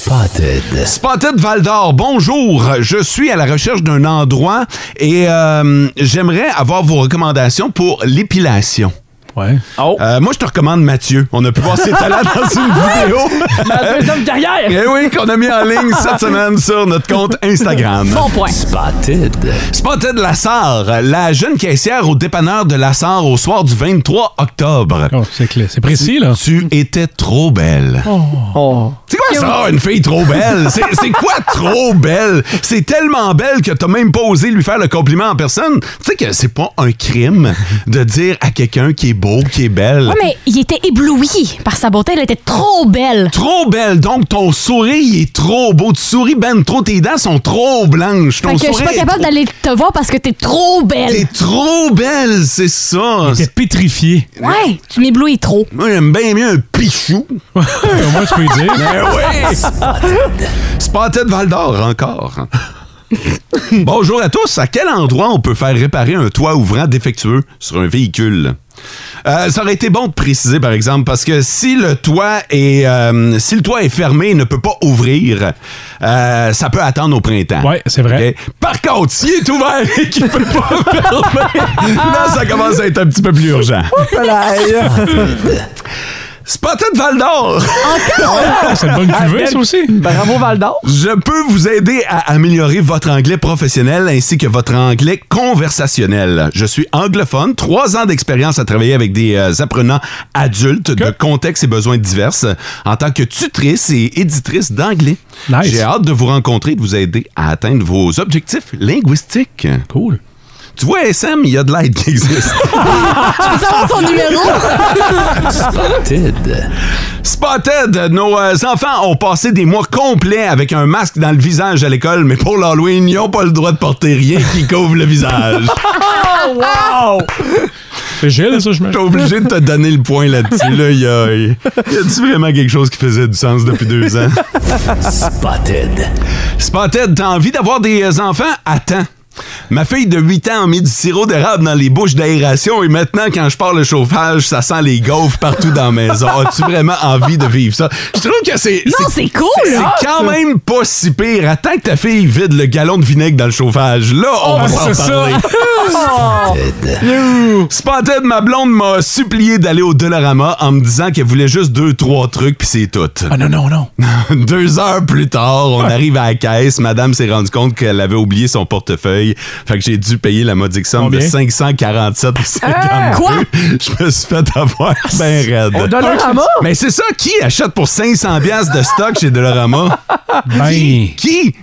S3: Spotted. Spotted Val d'Or, bonjour. Je suis à la recherche d'un endroit et euh, j'aimerais avoir vos recommandations pour l'épilation. Euh,
S6: Ouais.
S5: Oh.
S3: moi, je te recommande Mathieu. On a pu voir ses talents dans une vidéo.
S5: Ma deuxième carrière.
S3: Eh oui, qu'on a mis en ligne cette semaine sur notre compte Instagram.
S5: Bon point.
S3: Spotted. Spotted Lassar, la jeune caissière au dépanneur de Lassar au soir du 23 octobre.
S6: Oh, c'est clair. C'est précis, là.
S3: Tu étais trop
S5: Oh.
S3: belle. C'est quoi ça, Oh. une fille trop belle? C'est c'est quoi trop belle? C'est tellement belle que t'as même pas osé lui faire le compliment en personne. Tu sais que c'est pas un crime de dire à quelqu'un qui est beau, qui est belle.
S4: Ouais, mais il était ébloui par sa beauté, elle était trop belle.
S3: Trop belle, donc ton sourire il est trop beau. Tu souris ben trop, tes dents sont trop blanches. Ton
S4: Fait que je suis
S3: sourire
S4: pas
S3: est
S4: capable
S3: trop-
S4: d'aller te voir parce que t'es trop belle.
S3: T'es trop belle, c'est ça. T'es
S6: pétrifié.
S4: Ouais, tu m'éblouis trop.
S3: Moi, j'aime bien mieux un pichou. Moi,
S6: je peux dire.
S3: Mais oui! Spotted Val d'Or, encore. Bonjour à tous. À quel endroit on peut faire réparer un toit ouvrant défectueux sur un véhicule? Euh, ça aurait été bon de préciser, par exemple, parce que si le toit est, euh, si le toit est fermé et ne peut pas ouvrir, euh, ça peut attendre au printemps. Oui,
S6: c'est vrai.
S3: Par contre, s'il est ouvert et qu'il ne peut pas fermer, là, ça commence à être un petit peu plus urgent. Spotted Val d'Or!
S6: Ah, c'est une bonne cuvée, ça aussi.
S5: Bravo, Val d'Or.
S3: Je peux vous aider à améliorer votre anglais professionnel ainsi que votre anglais conversationnel. Je suis anglophone, trois ans d'expérience à travailler avec des euh, apprenants adultes de contextes et besoins divers euh, en tant que tutrice et éditrice d'anglais. J'ai hâte de vous rencontrer et de vous aider à atteindre vos objectifs linguistiques.
S6: Cool.
S3: Tu vois, SM, il y a de l'aide qui existe.
S4: Je peux savoir son numéro?
S3: Spotted. Spotted. Nos euh, enfants ont passé des mois complets avec un masque dans le visage à l'école, mais pour l'Halloween, ils n'ont pas le droit de porter rien qui couvre le visage.
S5: Oh, wow!
S6: C'est Gilles, ça, je me.
S3: T'es obligé de te donner le point là-dessus. Là. Y a, y a-tu vraiment quelque chose qui faisait du sens depuis deux ans? Spotted. Spotted, t'as envie d'avoir des euh, enfants? Attends. Ma fille de 8 ans a mis du sirop d'érable dans les bouches d'aération et maintenant, quand je pars le chauffage, ça sent les gaufres partout dans la maison. As-tu vraiment envie de vivre ça? Je trouve que c'est.
S10: Non, c'est cool,
S3: C'est
S10: là.
S3: quand même pas si pire. Attends que ta fille vide le gallon de vinaigre dans le chauffage. Là, on
S6: Ah,
S3: va s'en parler. Spotted, ma blonde m'a supplié d'aller au Dollarama en me disant qu'elle voulait juste deux, trois trucs, puis c'est tout. Ah
S6: non, non, Ah. non.
S3: deux heures plus tard, on arrive à la caisse. Madame s'est rendue compte qu'elle avait oublié son portefeuille. Fait que j'ai dû payer la modique somme de
S6: Combien?
S3: 547
S4: Ah. Euh,
S10: quoi?
S3: Je me suis fait avoir
S6: Ah,
S3: ben raide.
S10: Au Dollarama?
S3: Mais c'est ça, qui achète pour 500 piastres de stock chez Dollarama?
S6: Ben.
S3: Qui?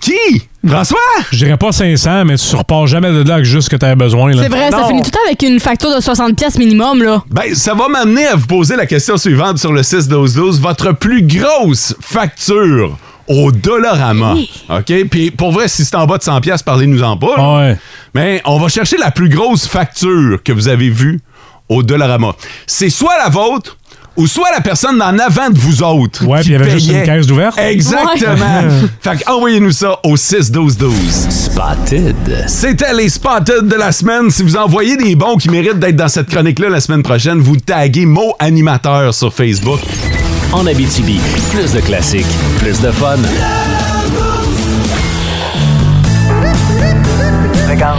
S3: Qui? François?
S6: Je dirais pas 500, mais tu surpasses jamais de là que juste ce que t'avais besoin. là.
S4: C'est vrai, ça finit tout le temps avec une facture de 60 pièces minimum, là.
S3: Ben, ça va m'amener à vous poser la question suivante sur le 6-12-12. Votre plus grosse facture au Dollarama. OK? Puis pour vrai, si c'est en bas de 100$, piastres, parlez-nous-en pas. là. Mais on va chercher la plus grosse facture que vous avez vue au Dollarama. C'est soit la vôtre ou soit la personne en avant de vous autres. Ouais,
S6: puis il y avait juste une caisse d'ouverte.
S3: Exactement.
S6: Ouais.
S3: Fait que envoyez-nous ça au 6-12-12. Spotted. C'était les Spotted de la semaine. Si vous envoyez des bons qui méritent d'être dans cette chronique-là la semaine prochaine, vous taguez mot animateur sur Facebook.
S2: En Abitibi, plus de classiques, plus de fun.
S8: Regarde,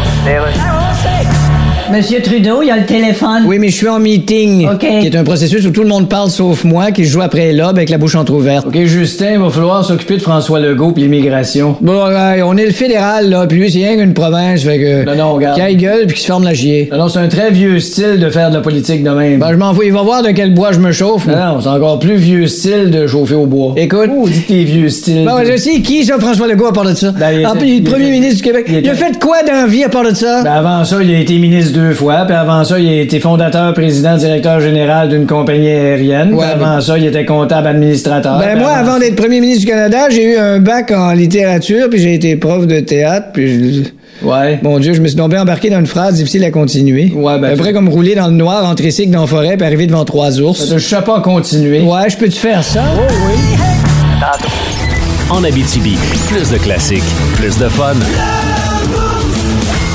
S13: Monsieur Trudeau, il y a le téléphone.
S8: Oui, mais je suis en meeting.
S13: OK.
S8: Qui est un processus où tout le monde parle sauf moi, qui joue après l'aube avec la bouche entrouverte.
S11: OK, Justin, il va falloir s'occuper de François Legault pis l'immigration.
S8: Bon, ouais, on est le fédéral, là, puis lui, c'est rien qu'une province, fait que.
S11: Non, non, regarde.
S8: Qu'il gueule, puis qu'il se forme la chier.
S11: Non, non, c'est un très vieux style de faire de la politique de même.
S8: Ben, je m'en fous, il va voir de quel bois je me chauffe.
S11: Non, non, c'est encore plus vieux style de chauffer au bois.
S8: Écoute.
S11: Oh, dis tes vieux styles.
S8: Bon, je sais qui, ça, François Legault, à part de ça.
S11: Ben, il
S8: Ah,
S11: était-
S8: puis,
S11: il
S8: le premier
S11: était-
S8: ministre du Québec.
S11: il
S8: ben, Il a
S11: était-
S8: fait quoi dans la vie, à part de ça?
S11: Ben, avant ça, il a été ministre deux fois, puis avant ça, il a été fondateur, président, directeur général d'une compagnie aérienne. Puis
S8: Ouais,
S11: avant ça, il était comptable
S5: Ah,
S11: administrateur.
S8: Ben
S11: Puis
S8: moi, avant d'être premier ministre du Canada, j'ai eu un bac en littérature, puis j'ai été prof de théâtre, puis... je-
S11: Ouais.
S8: Mon Dieu, je me suis tombé embarqué dans une phrase difficile à continuer. Ouais, ben... Après, comme rouler dans le noir, entre cycle dans la forêt, puis arriver devant trois ours.
S11: Je sais pas continuer.
S8: Ouais, je peux-tu faire ça?
S2: En Abitibi, plus de classiques, plus de fun.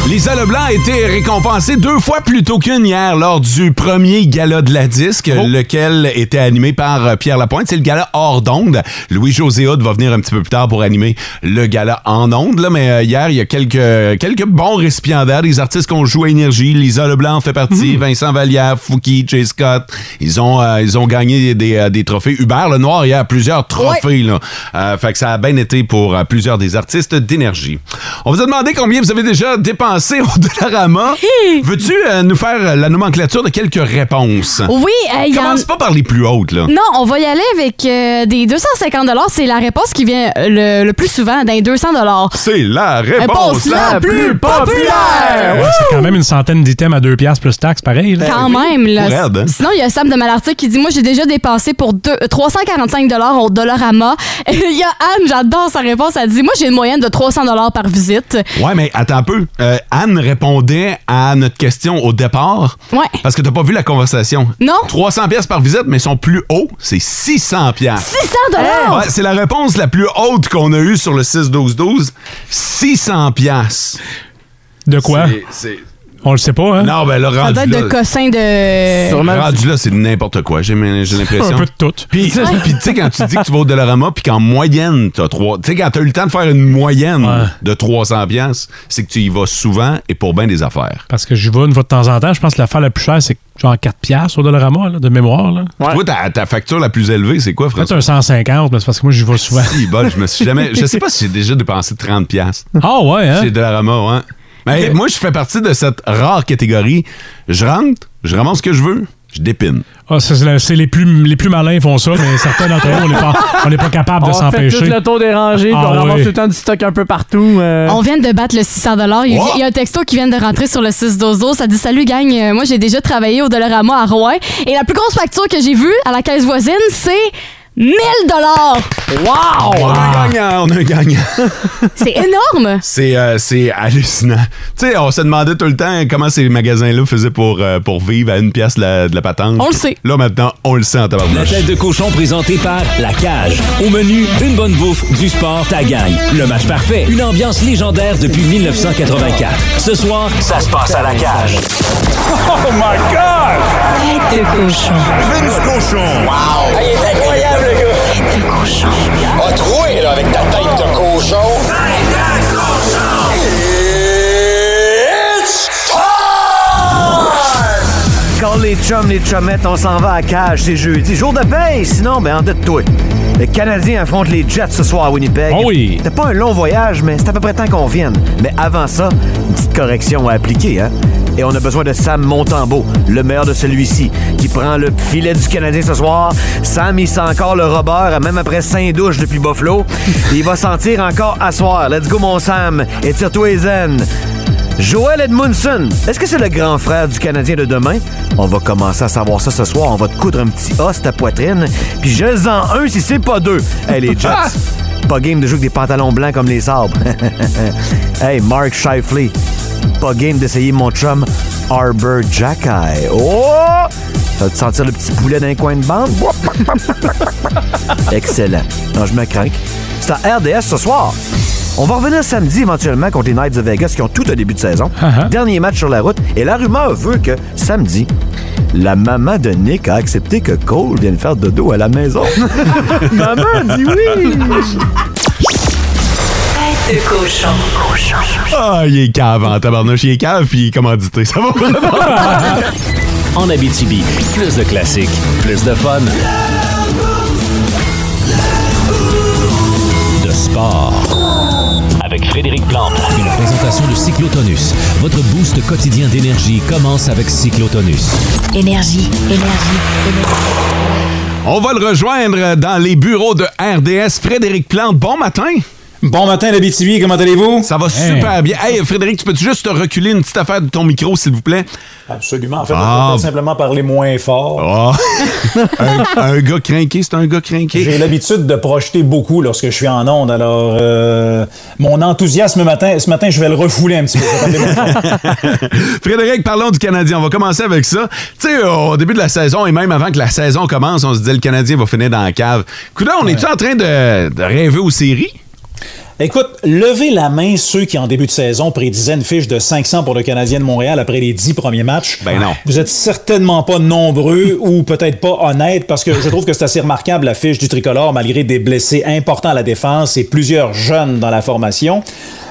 S3: Lisa Leblanc a été récompensée deux fois plus tôt qu'une hier lors du premier gala de la disque, lequel était animé par euh, Pierre Lapointe. C'est le gala hors d'onde. Louis-José Hood va venir un petit peu plus tard pour animer le gala en onde. Là, mais euh, hier, il y a quelques, quelques bons récipiendaires. Les artistes qu'on joue à Énergie, Lisa Leblanc en fait partie,
S4: Hmm.
S3: Vincent Vallière, Fouki, Jay Scott. Ils ont, euh, ils ont gagné des, euh, des trophées. Hubert Lenoir, il y a plusieurs trophées. là. Euh, fait que ça a bien été pour euh, plusieurs des artistes d'énergie. On vous a demandé combien vous avez déjà dépensé au Dollarama.
S4: Hmm.
S3: Veux-tu euh, nous faire euh, la nomenclature de quelques réponses?
S4: Oui, euh, il y en-
S3: Commence pas par les plus hautes, là.
S4: Non, on va y aller avec euh, des 250 C'est la réponse qui vient euh, le, le plus souvent, d'un 200
S3: C'est la réponse
S4: Réponse
S3: la,
S4: la
S3: plus
S4: Euh, plus
S3: populaire!
S6: Euh, C'est quand même une centaine d'items à 2 piastres plus taxes, pareil. là.
S3: ben
S4: Quand même, là.
S6: Pour raide, hein?
S4: Sinon, il y a Sam de Malartic qui dit Moi, j'ai déjà dépensé pour deux- euh, 345 au Dollarama. Et Il y a Anne, j'adore sa réponse. Elle dit Moi, j'ai une moyenne de 300 par visite.
S3: Ouais, mais attends un peu. Euh, Anne répondait à notre question au départ.
S4: Ouais.
S3: Parce que t'as pas vu la conversation.
S4: Non.
S3: 300 pièces par visite, mais son plus haut, c'est 600 pièces.
S4: 600 dollars?
S3: Ouais, c'est la réponse la plus haute qu'on a eue sur le 6-12-12. 600 pièces.
S6: De quoi? On le sait pas, hein?
S3: Non, ben là,
S4: Ça
S3: rendu
S4: doit être
S3: là, Ah,
S4: de cossin de.
S3: Rendu là, c'est n'importe quoi, j'ai j'ai l'impression.
S6: Un peu de tout.
S3: Puis, puis tu sais, quand tu dis que tu vas au Dollarama, puis qu'en moyenne, t'as trois... Tu sais, quand t'as eu le temps de faire une moyenne de 300 pièces, c'est que tu y vas souvent et pour bien des affaires.
S6: Parce que j'y vais une fois de temps en temps. Je pense que l'affaire la plus chère, c'est genre 4 piastres au Dollarama, là, de mémoire. Là.
S3: Toi, ta, ta facture la plus élevée, c'est quoi,
S6: Peut-être
S3: François?
S6: un 150, mais c'est parce que moi, j'y vais souvent.
S3: Si, bol, je me suis jamais... Je sais pas si j'ai déjà dépensé 30 pièces.
S6: Ah ouais, hein?
S3: Chez Dollarama, ouais. Mais moi, je fais partie de cette rare catégorie. Je rentre, je ramasse ce que je veux, je dépine.
S6: Ah, ça, c'est la- c'est les plus, les plus malins font ça, mais certains d'entre eux, on n'est pas, on n'est pas capable de
S5: On fait tout
S6: s'empêcher.
S5: le tour des rangées, puis
S6: ben, Ah
S5: on ramasse
S6: oui.
S5: tout le temps du stock un peu partout. euh.
S4: On vient de battre le 600 il, y a- il y a un texto qui vient de rentrer sur le 6-12-12. Ça dit Salut, gang. euh, Moi, j'ai déjà travaillé au Dollarama à Rouen. Et la plus grosse facture que j'ai vue à la caisse voisine, c'est 1000
S2: Ah
S5: Wow!
S3: On a un gagnant, on a un gagnant.
S4: C'est énorme!
S3: C'est euh, c'est hallucinant. Tu sais, on se demandait tout le temps comment ces magasins-là faisaient pour, euh, pour vivre à une pièce de la, de la patente.
S2: On le sait.
S3: Là, maintenant, on le sait en
S2: La
S3: tabarnouche.
S2: tête de cochon présentée par La Cage. Au menu, une bonne bouffe, du sport, ta gagne. Le match parfait, une ambiance légendaire depuis 1984. Ce soir, ça se passe à La Cage.
S10: Oh my God! Tête de cochon. Vince cochon. Wow! il est incroyable, le gars! Tête de cochon. A troué, là, avec ta tête de cochon. Tête de cochon! It's
S14: Quand les chums, les chumettes, on s'en va à cage, c'est jeudi. Jour de paye, sinon, ben endette-toi. Les Canadiens affrontent les Jets ce soir à Winnipeg. oui! T'as pas un long voyage, mais c'est à peu près temps qu'on vienne. Mais avant ça, une petite correction à appliquer, hein? Et on a besoin de Sam Montembeau, le meilleur de celui-ci, qui prend le filet du Canadien ce soir. Sam, il sent encore le Robert, même après cinq douches depuis Buffalo. il va sentir encore à soir. Let's go, mon Sam. Et tire-toi les aines. Joel Edmundson, est-ce que c'est le grand frère du Canadien de demain? On va commencer à savoir ça ce soir. On va te coudre un petit os ta poitrine, puis je en un si c'est pas deux. Hey, les Jets, pas game de jouer avec des pantalons blancs comme les sabres. hey, Mark Shifley, pas game d'essayer mon chum Arbor Jacky. Oh! Ça va te sentir le petit poulet d'un coin de bande? Excellent. Non, je me craque. C'est à RDS ce soir. On va revenir samedi éventuellement contre les Knights de Vegas qui ont tout un début de saison. Dernier match sur la route. Et la rumeur veut que samedi, la maman de Nick a accepté que Cole vienne faire dodo à la maison. maman dit oui!
S10: Tête de cochon.
S3: Ah, il est cave en tabarnouche. Il est cave, puis il est commandité. Ça va vraiment pas.
S2: En Abitibi, plus de classiques, plus de fun. De sport. Avec Frédéric Plante. Une présentation de Cyclotonus. Votre boost quotidien d'énergie commence avec Cyclotonus.
S1: Énergie, énergie, énergie.
S3: On va le rejoindre dans les bureaux de RDS. Frédéric Plante, bon matin.
S15: Bon matin, l'Abitibi, comment allez-vous?
S3: Ça va super bien. Hey, Frédéric, tu peux-tu juste te reculer une petite affaire de ton micro, s'il vous plaît?
S15: Absolument. En fait,
S3: Ah.
S15: on peut simplement parler moins
S3: Ah.
S15: fort.
S3: un, un gars craqué, c'est un gars craqué.
S15: J'ai l'habitude de projeter beaucoup lorsque je suis en onde, alors euh, mon enthousiasme matin, ce matin, je vais le refouler un petit peu. Je vais parler moins fort.
S3: Frédéric, parlons du Canadien. On va commencer avec ça. Tu sais, au début de la saison et même avant que la saison commence, on se disait le Canadien va finir dans la cave. Coudon, on est-tu en train de, de rêver aux séries?
S15: Écoute, levez la main ceux qui, en début de saison, prédisaient une fiche de 500 pour le Canadien de Montréal après les 10 premiers matchs.
S3: Ben non.
S15: Vous êtes certainement pas nombreux ou peut-être pas honnêtes parce que je trouve que c'est assez remarquable la fiche du tricolore malgré des blessés importants à la défense et plusieurs jeunes dans la formation.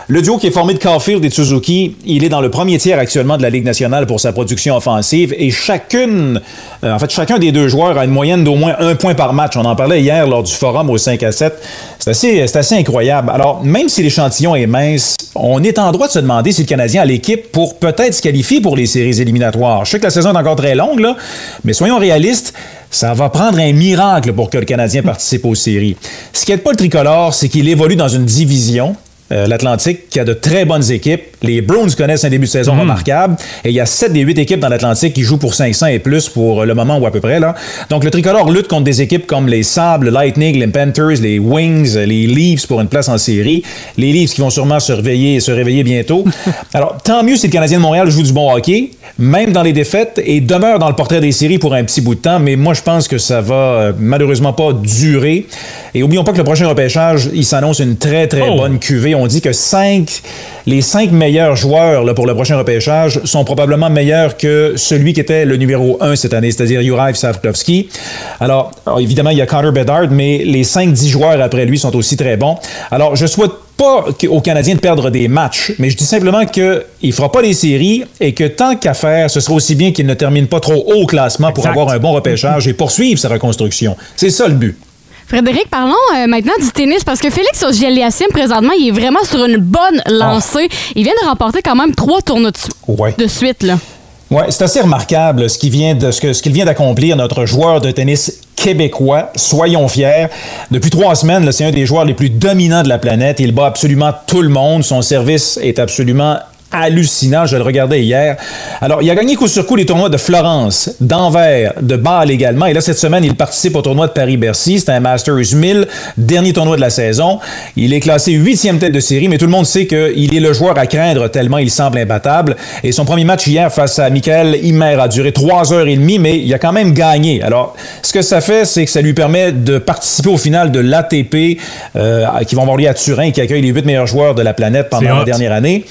S15: Le duo qui est formé de Caulfield et de Suzuki, il est dans le premier tiers actuellement de la Ligue nationale pour sa production offensive et chacune, euh, en fait, chacun des deux joueurs a une moyenne d'au moins un point par match. On en parlait hier lors du forum au 5 à 7. C'est assez, c'est assez incroyable. Alors, même si l'échantillon est mince, on est en droit de se demander si le Canadien a l'équipe pour peut-être se qualifier pour les séries éliminatoires. Je sais que la saison est encore très longue, là, mais soyons réalistes, ça va prendre un miracle pour que le Canadien participe aux séries. Ce qui n'aide pas le tricolore, c'est qu'il évolue dans une division euh, l'Atlantique qui a de très bonnes équipes. Les Browns connaissent un début de saison remarquable. Et il y a 7 des 8 équipes dans l'Atlantique qui jouent pour 500 et plus pour euh, le moment ou à peu près. Là. Donc le tricolore lutte contre des équipes comme les Sables, le Lightning, les Panthers, les Wings, euh, les Leafs pour une place en série. Les Leafs qui vont sûrement se réveiller et se réveiller bientôt. Alors tant mieux si le Canadien de Montréal joue du bon hockey, même dans les défaites, et demeure dans le portrait des séries pour un petit bout de temps. Mais moi, je pense que ça va euh, malheureusement pas durer. Et oublions pas que le prochain repêchage, il s'annonce une très, très
S16: Oh.
S15: bonne QV. On dit que cinq, les cinq meilleurs joueurs là, pour le prochain repêchage sont probablement meilleurs que celui qui était le numéro un cette année, c'est-à-dire Juraj Savkovski. Alors, alors, évidemment, il y a Connor Bedard, mais les 5-10 joueurs après lui sont aussi très bons. Alors, je souhaite pas qu- aux Canadiens de perdre des matchs, mais je dis simplement qu'il ne fera pas les séries et que tant qu'à faire, ce sera aussi bien qu'il ne termine pas trop haut au classement pour avoir un bon repêchage et poursuivre sa reconstruction. C'est ça le but.
S4: Frédéric, parlons euh, maintenant du tennis parce que Félix Auger-Aliassime, présentement, il est vraiment sur une bonne lancée.
S5: Oh.
S4: Il vient de remporter quand même trois tournois de, su-
S15: Ouais.
S4: de suite. Là.
S15: Ouais, c'est assez remarquable ce qu'il vient de ce que- ce qu'il vient d'accomplir notre joueur de tennis québécois. Soyons fiers. Depuis trois semaines, là, c'est un des joueurs les plus dominants de la planète. Il bat absolument tout le monde. Son service est absolument hallucinant. Je le regardais hier. Alors, il a gagné coup sur coup les tournois de Florence, d'Anvers, de Bâle également. Et là, cette semaine, il participe au tournoi de Paris-Bercy. C'est un Masters 1000, dernier tournoi de la saison. Il est classé huitième tête de série, mais tout le monde sait qu'il est le joueur à craindre tellement il semble imbattable. Et son premier match hier face à Michael Imer a duré trois heures et demie, mais il a quand même gagné. Alors, ce que ça fait, c'est que ça lui permet de participer au final de l'ATP euh, qui vont avoir lieu à Turin, qui accueille les huit meilleurs joueurs de la planète pendant la dernière année.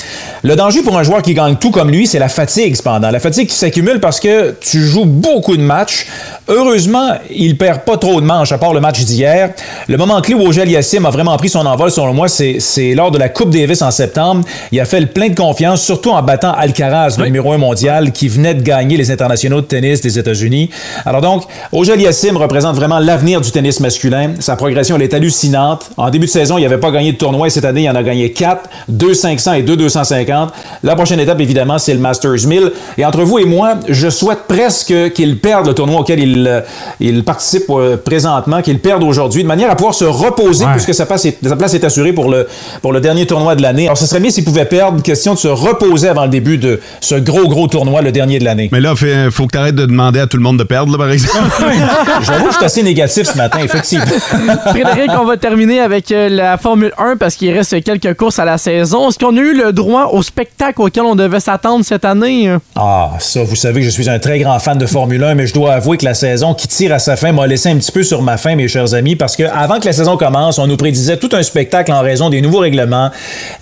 S15: Le danger pour un joueur qui gagne tout comme lui, c'est la fatigue cependant. La fatigue qui s'accumule parce que tu joues beaucoup de matchs. Heureusement, il perd pas trop de manches, à part le match d'hier. Le moment clé où Ogel Yassim a vraiment pris son envol, selon moi, c'est lors de la Coupe Davis en septembre. Il a fait le plein de confiance, surtout en battant Alcaraz, le numéro un mondial, qui venait de gagner les internationaux de tennis des États-Unis. Alors donc, Ogel Yassim représente vraiment l'avenir du tennis masculin. Sa progression, elle est hallucinante. En début de saison, il n'avait pas gagné de tournoi et cette année, il en a gagné 4, 2 500 et 2 250. La prochaine étape, évidemment, c'est le Masters 1000. Et entre vous et moi, je souhaite presque qu'il perde le tournoi auquel il, euh, il participe euh, présentement, qu'il perde aujourd'hui, de manière à pouvoir se reposer,
S6: Ouais.
S15: puisque sa place, est, sa place est assurée pour le, pour le dernier tournoi de l'année. Alors, ce serait bien s'il pouvait perdre, question de se reposer avant le début de ce gros, gros tournoi, le dernier de l'année.
S3: Mais là, il faut que tu arrêtes de demander à tout le monde de perdre, là, par exemple.
S15: J'avoue que Ah, je suis assez négatif ce matin, effectivement.
S5: Frédéric, on va terminer avec euh, la Formule 1 parce qu'il reste quelques courses à la saison. Est-ce qu'on a eu le droit au spectacle auquel on devait s'attendre cette année? hein?
S15: Ah, ça, vous savez que je suis un très grand fan de Formule 1, mais je dois avouer que la saison qui tire à sa fin m'a laissé un petit peu sur ma faim, mes chers amis, parce que avant que la saison commence, on nous prédisait tout un spectacle en raison des nouveaux règlements,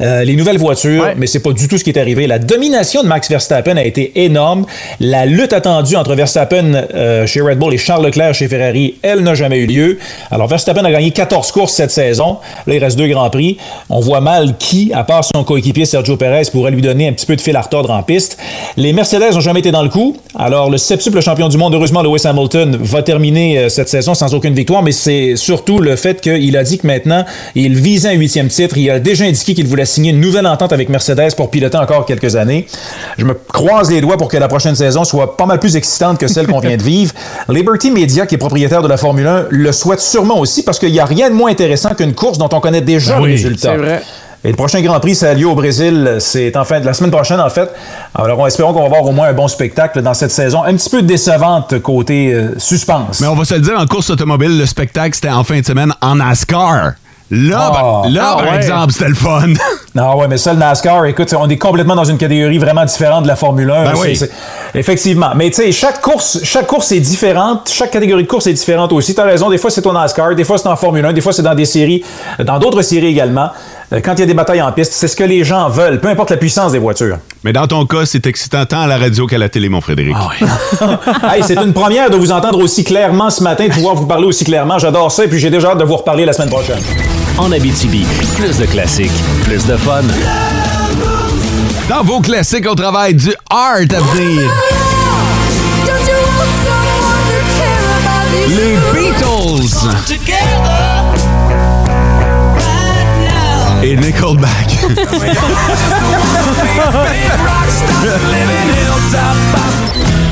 S15: euh, les nouvelles voitures, mais c'est pas du tout ce qui est arrivé. La domination de Max Verstappen a été énorme. La lutte attendue entre Verstappen euh, chez Red Bull et Charles Leclerc chez Ferrari, elle n'a jamais eu lieu. Alors, Verstappen a gagné 14 courses cette saison. Là, il reste deux grands prix. On voit mal qui, à part son coéquipier Sergio Perez, pourrait lui donner un petit peu de fil à retordre en piste. Les Mercedes n'ont jamais été dans le coup. Alors, le septuple champion du monde, heureusement, Lewis Hamilton, va terminer euh, cette saison sans aucune victoire, mais c'est surtout le fait qu'il a dit que maintenant, il visait un huitième titre. Il a déjà indiqué qu'il voulait signer une nouvelle entente avec Mercedes pour piloter encore quelques années. Je me croise les doigts pour que la prochaine saison soit pas mal plus excitante que celle qu'on vient de vivre. Liberty Media, qui est propriétaire de la Formule 1, le souhaite sûrement aussi parce qu'il n'y a rien de moins intéressant qu'une course dont on connaît déjà
S6: Ben
S15: le
S6: oui,
S15: résultat.
S6: c'est vrai.
S15: Et le prochain Grand Prix, ça a lieu au Brésil. C'est en fin de la semaine prochaine, en fait. Alors, on espérons qu'on va avoir au moins un bon spectacle dans cette saison. Un petit peu décevante côté euh, suspense.
S3: Mais on va se le dire, en course automobile, le spectacle, c'était en fin de semaine en NASCAR. Là,
S15: Ah.
S3: par- ben, là
S15: Ah
S3: par
S15: ouais.
S3: exemple, c'était le fun.
S15: Non, ouais, mais ça, le NASCAR, écoute, on est complètement dans une catégorie vraiment différente de la Formule 1.
S3: Ben
S15: C'est-
S3: oui.
S15: c'est- Effectivement. Mais tu sais, chaque course, chaque course est différente. Chaque catégorie de course est différente aussi. T'as raison. Des fois, c'est au NASCAR. Des fois, c'est en Formule 1. Des fois, c'est dans des séries, dans d'autres séries également. Euh, Quand il y a des batailles en piste, c'est ce que les gens veulent, peu importe la puissance des voitures.
S3: Mais dans ton cas, c'est excitant tant à la radio qu'à la télé, mon Frédéric.
S15: Ah Hey, c'est une première de vous entendre aussi clairement ce matin, de pouvoir vous parler aussi clairement. J'adore ça et puis j'ai déjà hâte de vous reparler la semaine prochaine.
S2: En Abitibi, plus de classiques, plus de fun.
S3: Dans vos classiques, on travaille du art à venir. Les Beatles et Nickelback.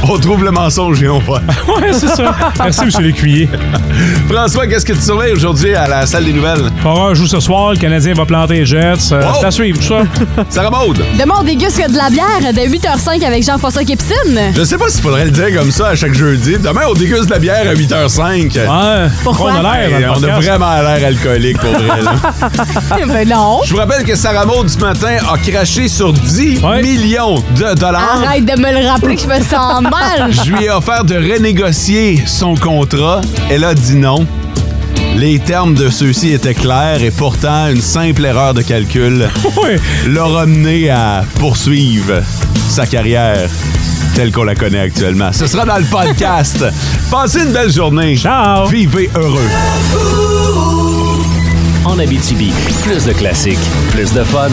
S3: on trouve le mensonge et on voit.
S6: Ouais, c'est ça. Merci, M. Lécuyer.
S3: François, qu'est-ce que tu surveilles aujourd'hui à la salle des nouvelles?
S6: Forage joue ce soir, le Canadien va planter les Jets. Euh,
S3: Wow!
S6: C'est à suivre, tout ça.
S3: Sarah Maud.
S4: Demain, on déguste de la bière dès 8h05 avec Jean-François Kepsine.
S3: Je sais pas s'il faudrait le dire comme ça à chaque jeudi. Demain, on déguste de la bière à 8h05.
S6: Ouais.
S4: Pourquoi?
S6: On a l'air dans le
S3: on a
S6: podcast.
S3: vraiment l'air alcoolique pour vrai. là.
S4: ben non.
S3: Je vous rappelle que Sarah Maud, ce matin, a craché sur 10 millions de dollars.
S4: Arrête de me le rappeler que je me sens mal.
S3: Je lui ai offert de renégocier son contrat. Elle a dit non. Les termes de ceux-ci étaient clairs et pourtant, une simple erreur de calcul l'aura amené à poursuivre sa carrière telle qu'on la connaît actuellement. Ce sera dans le podcast. Passez une belle journée. Ciao. Vivez heureux.
S2: En Abitibi, plus de classiques, plus de fun.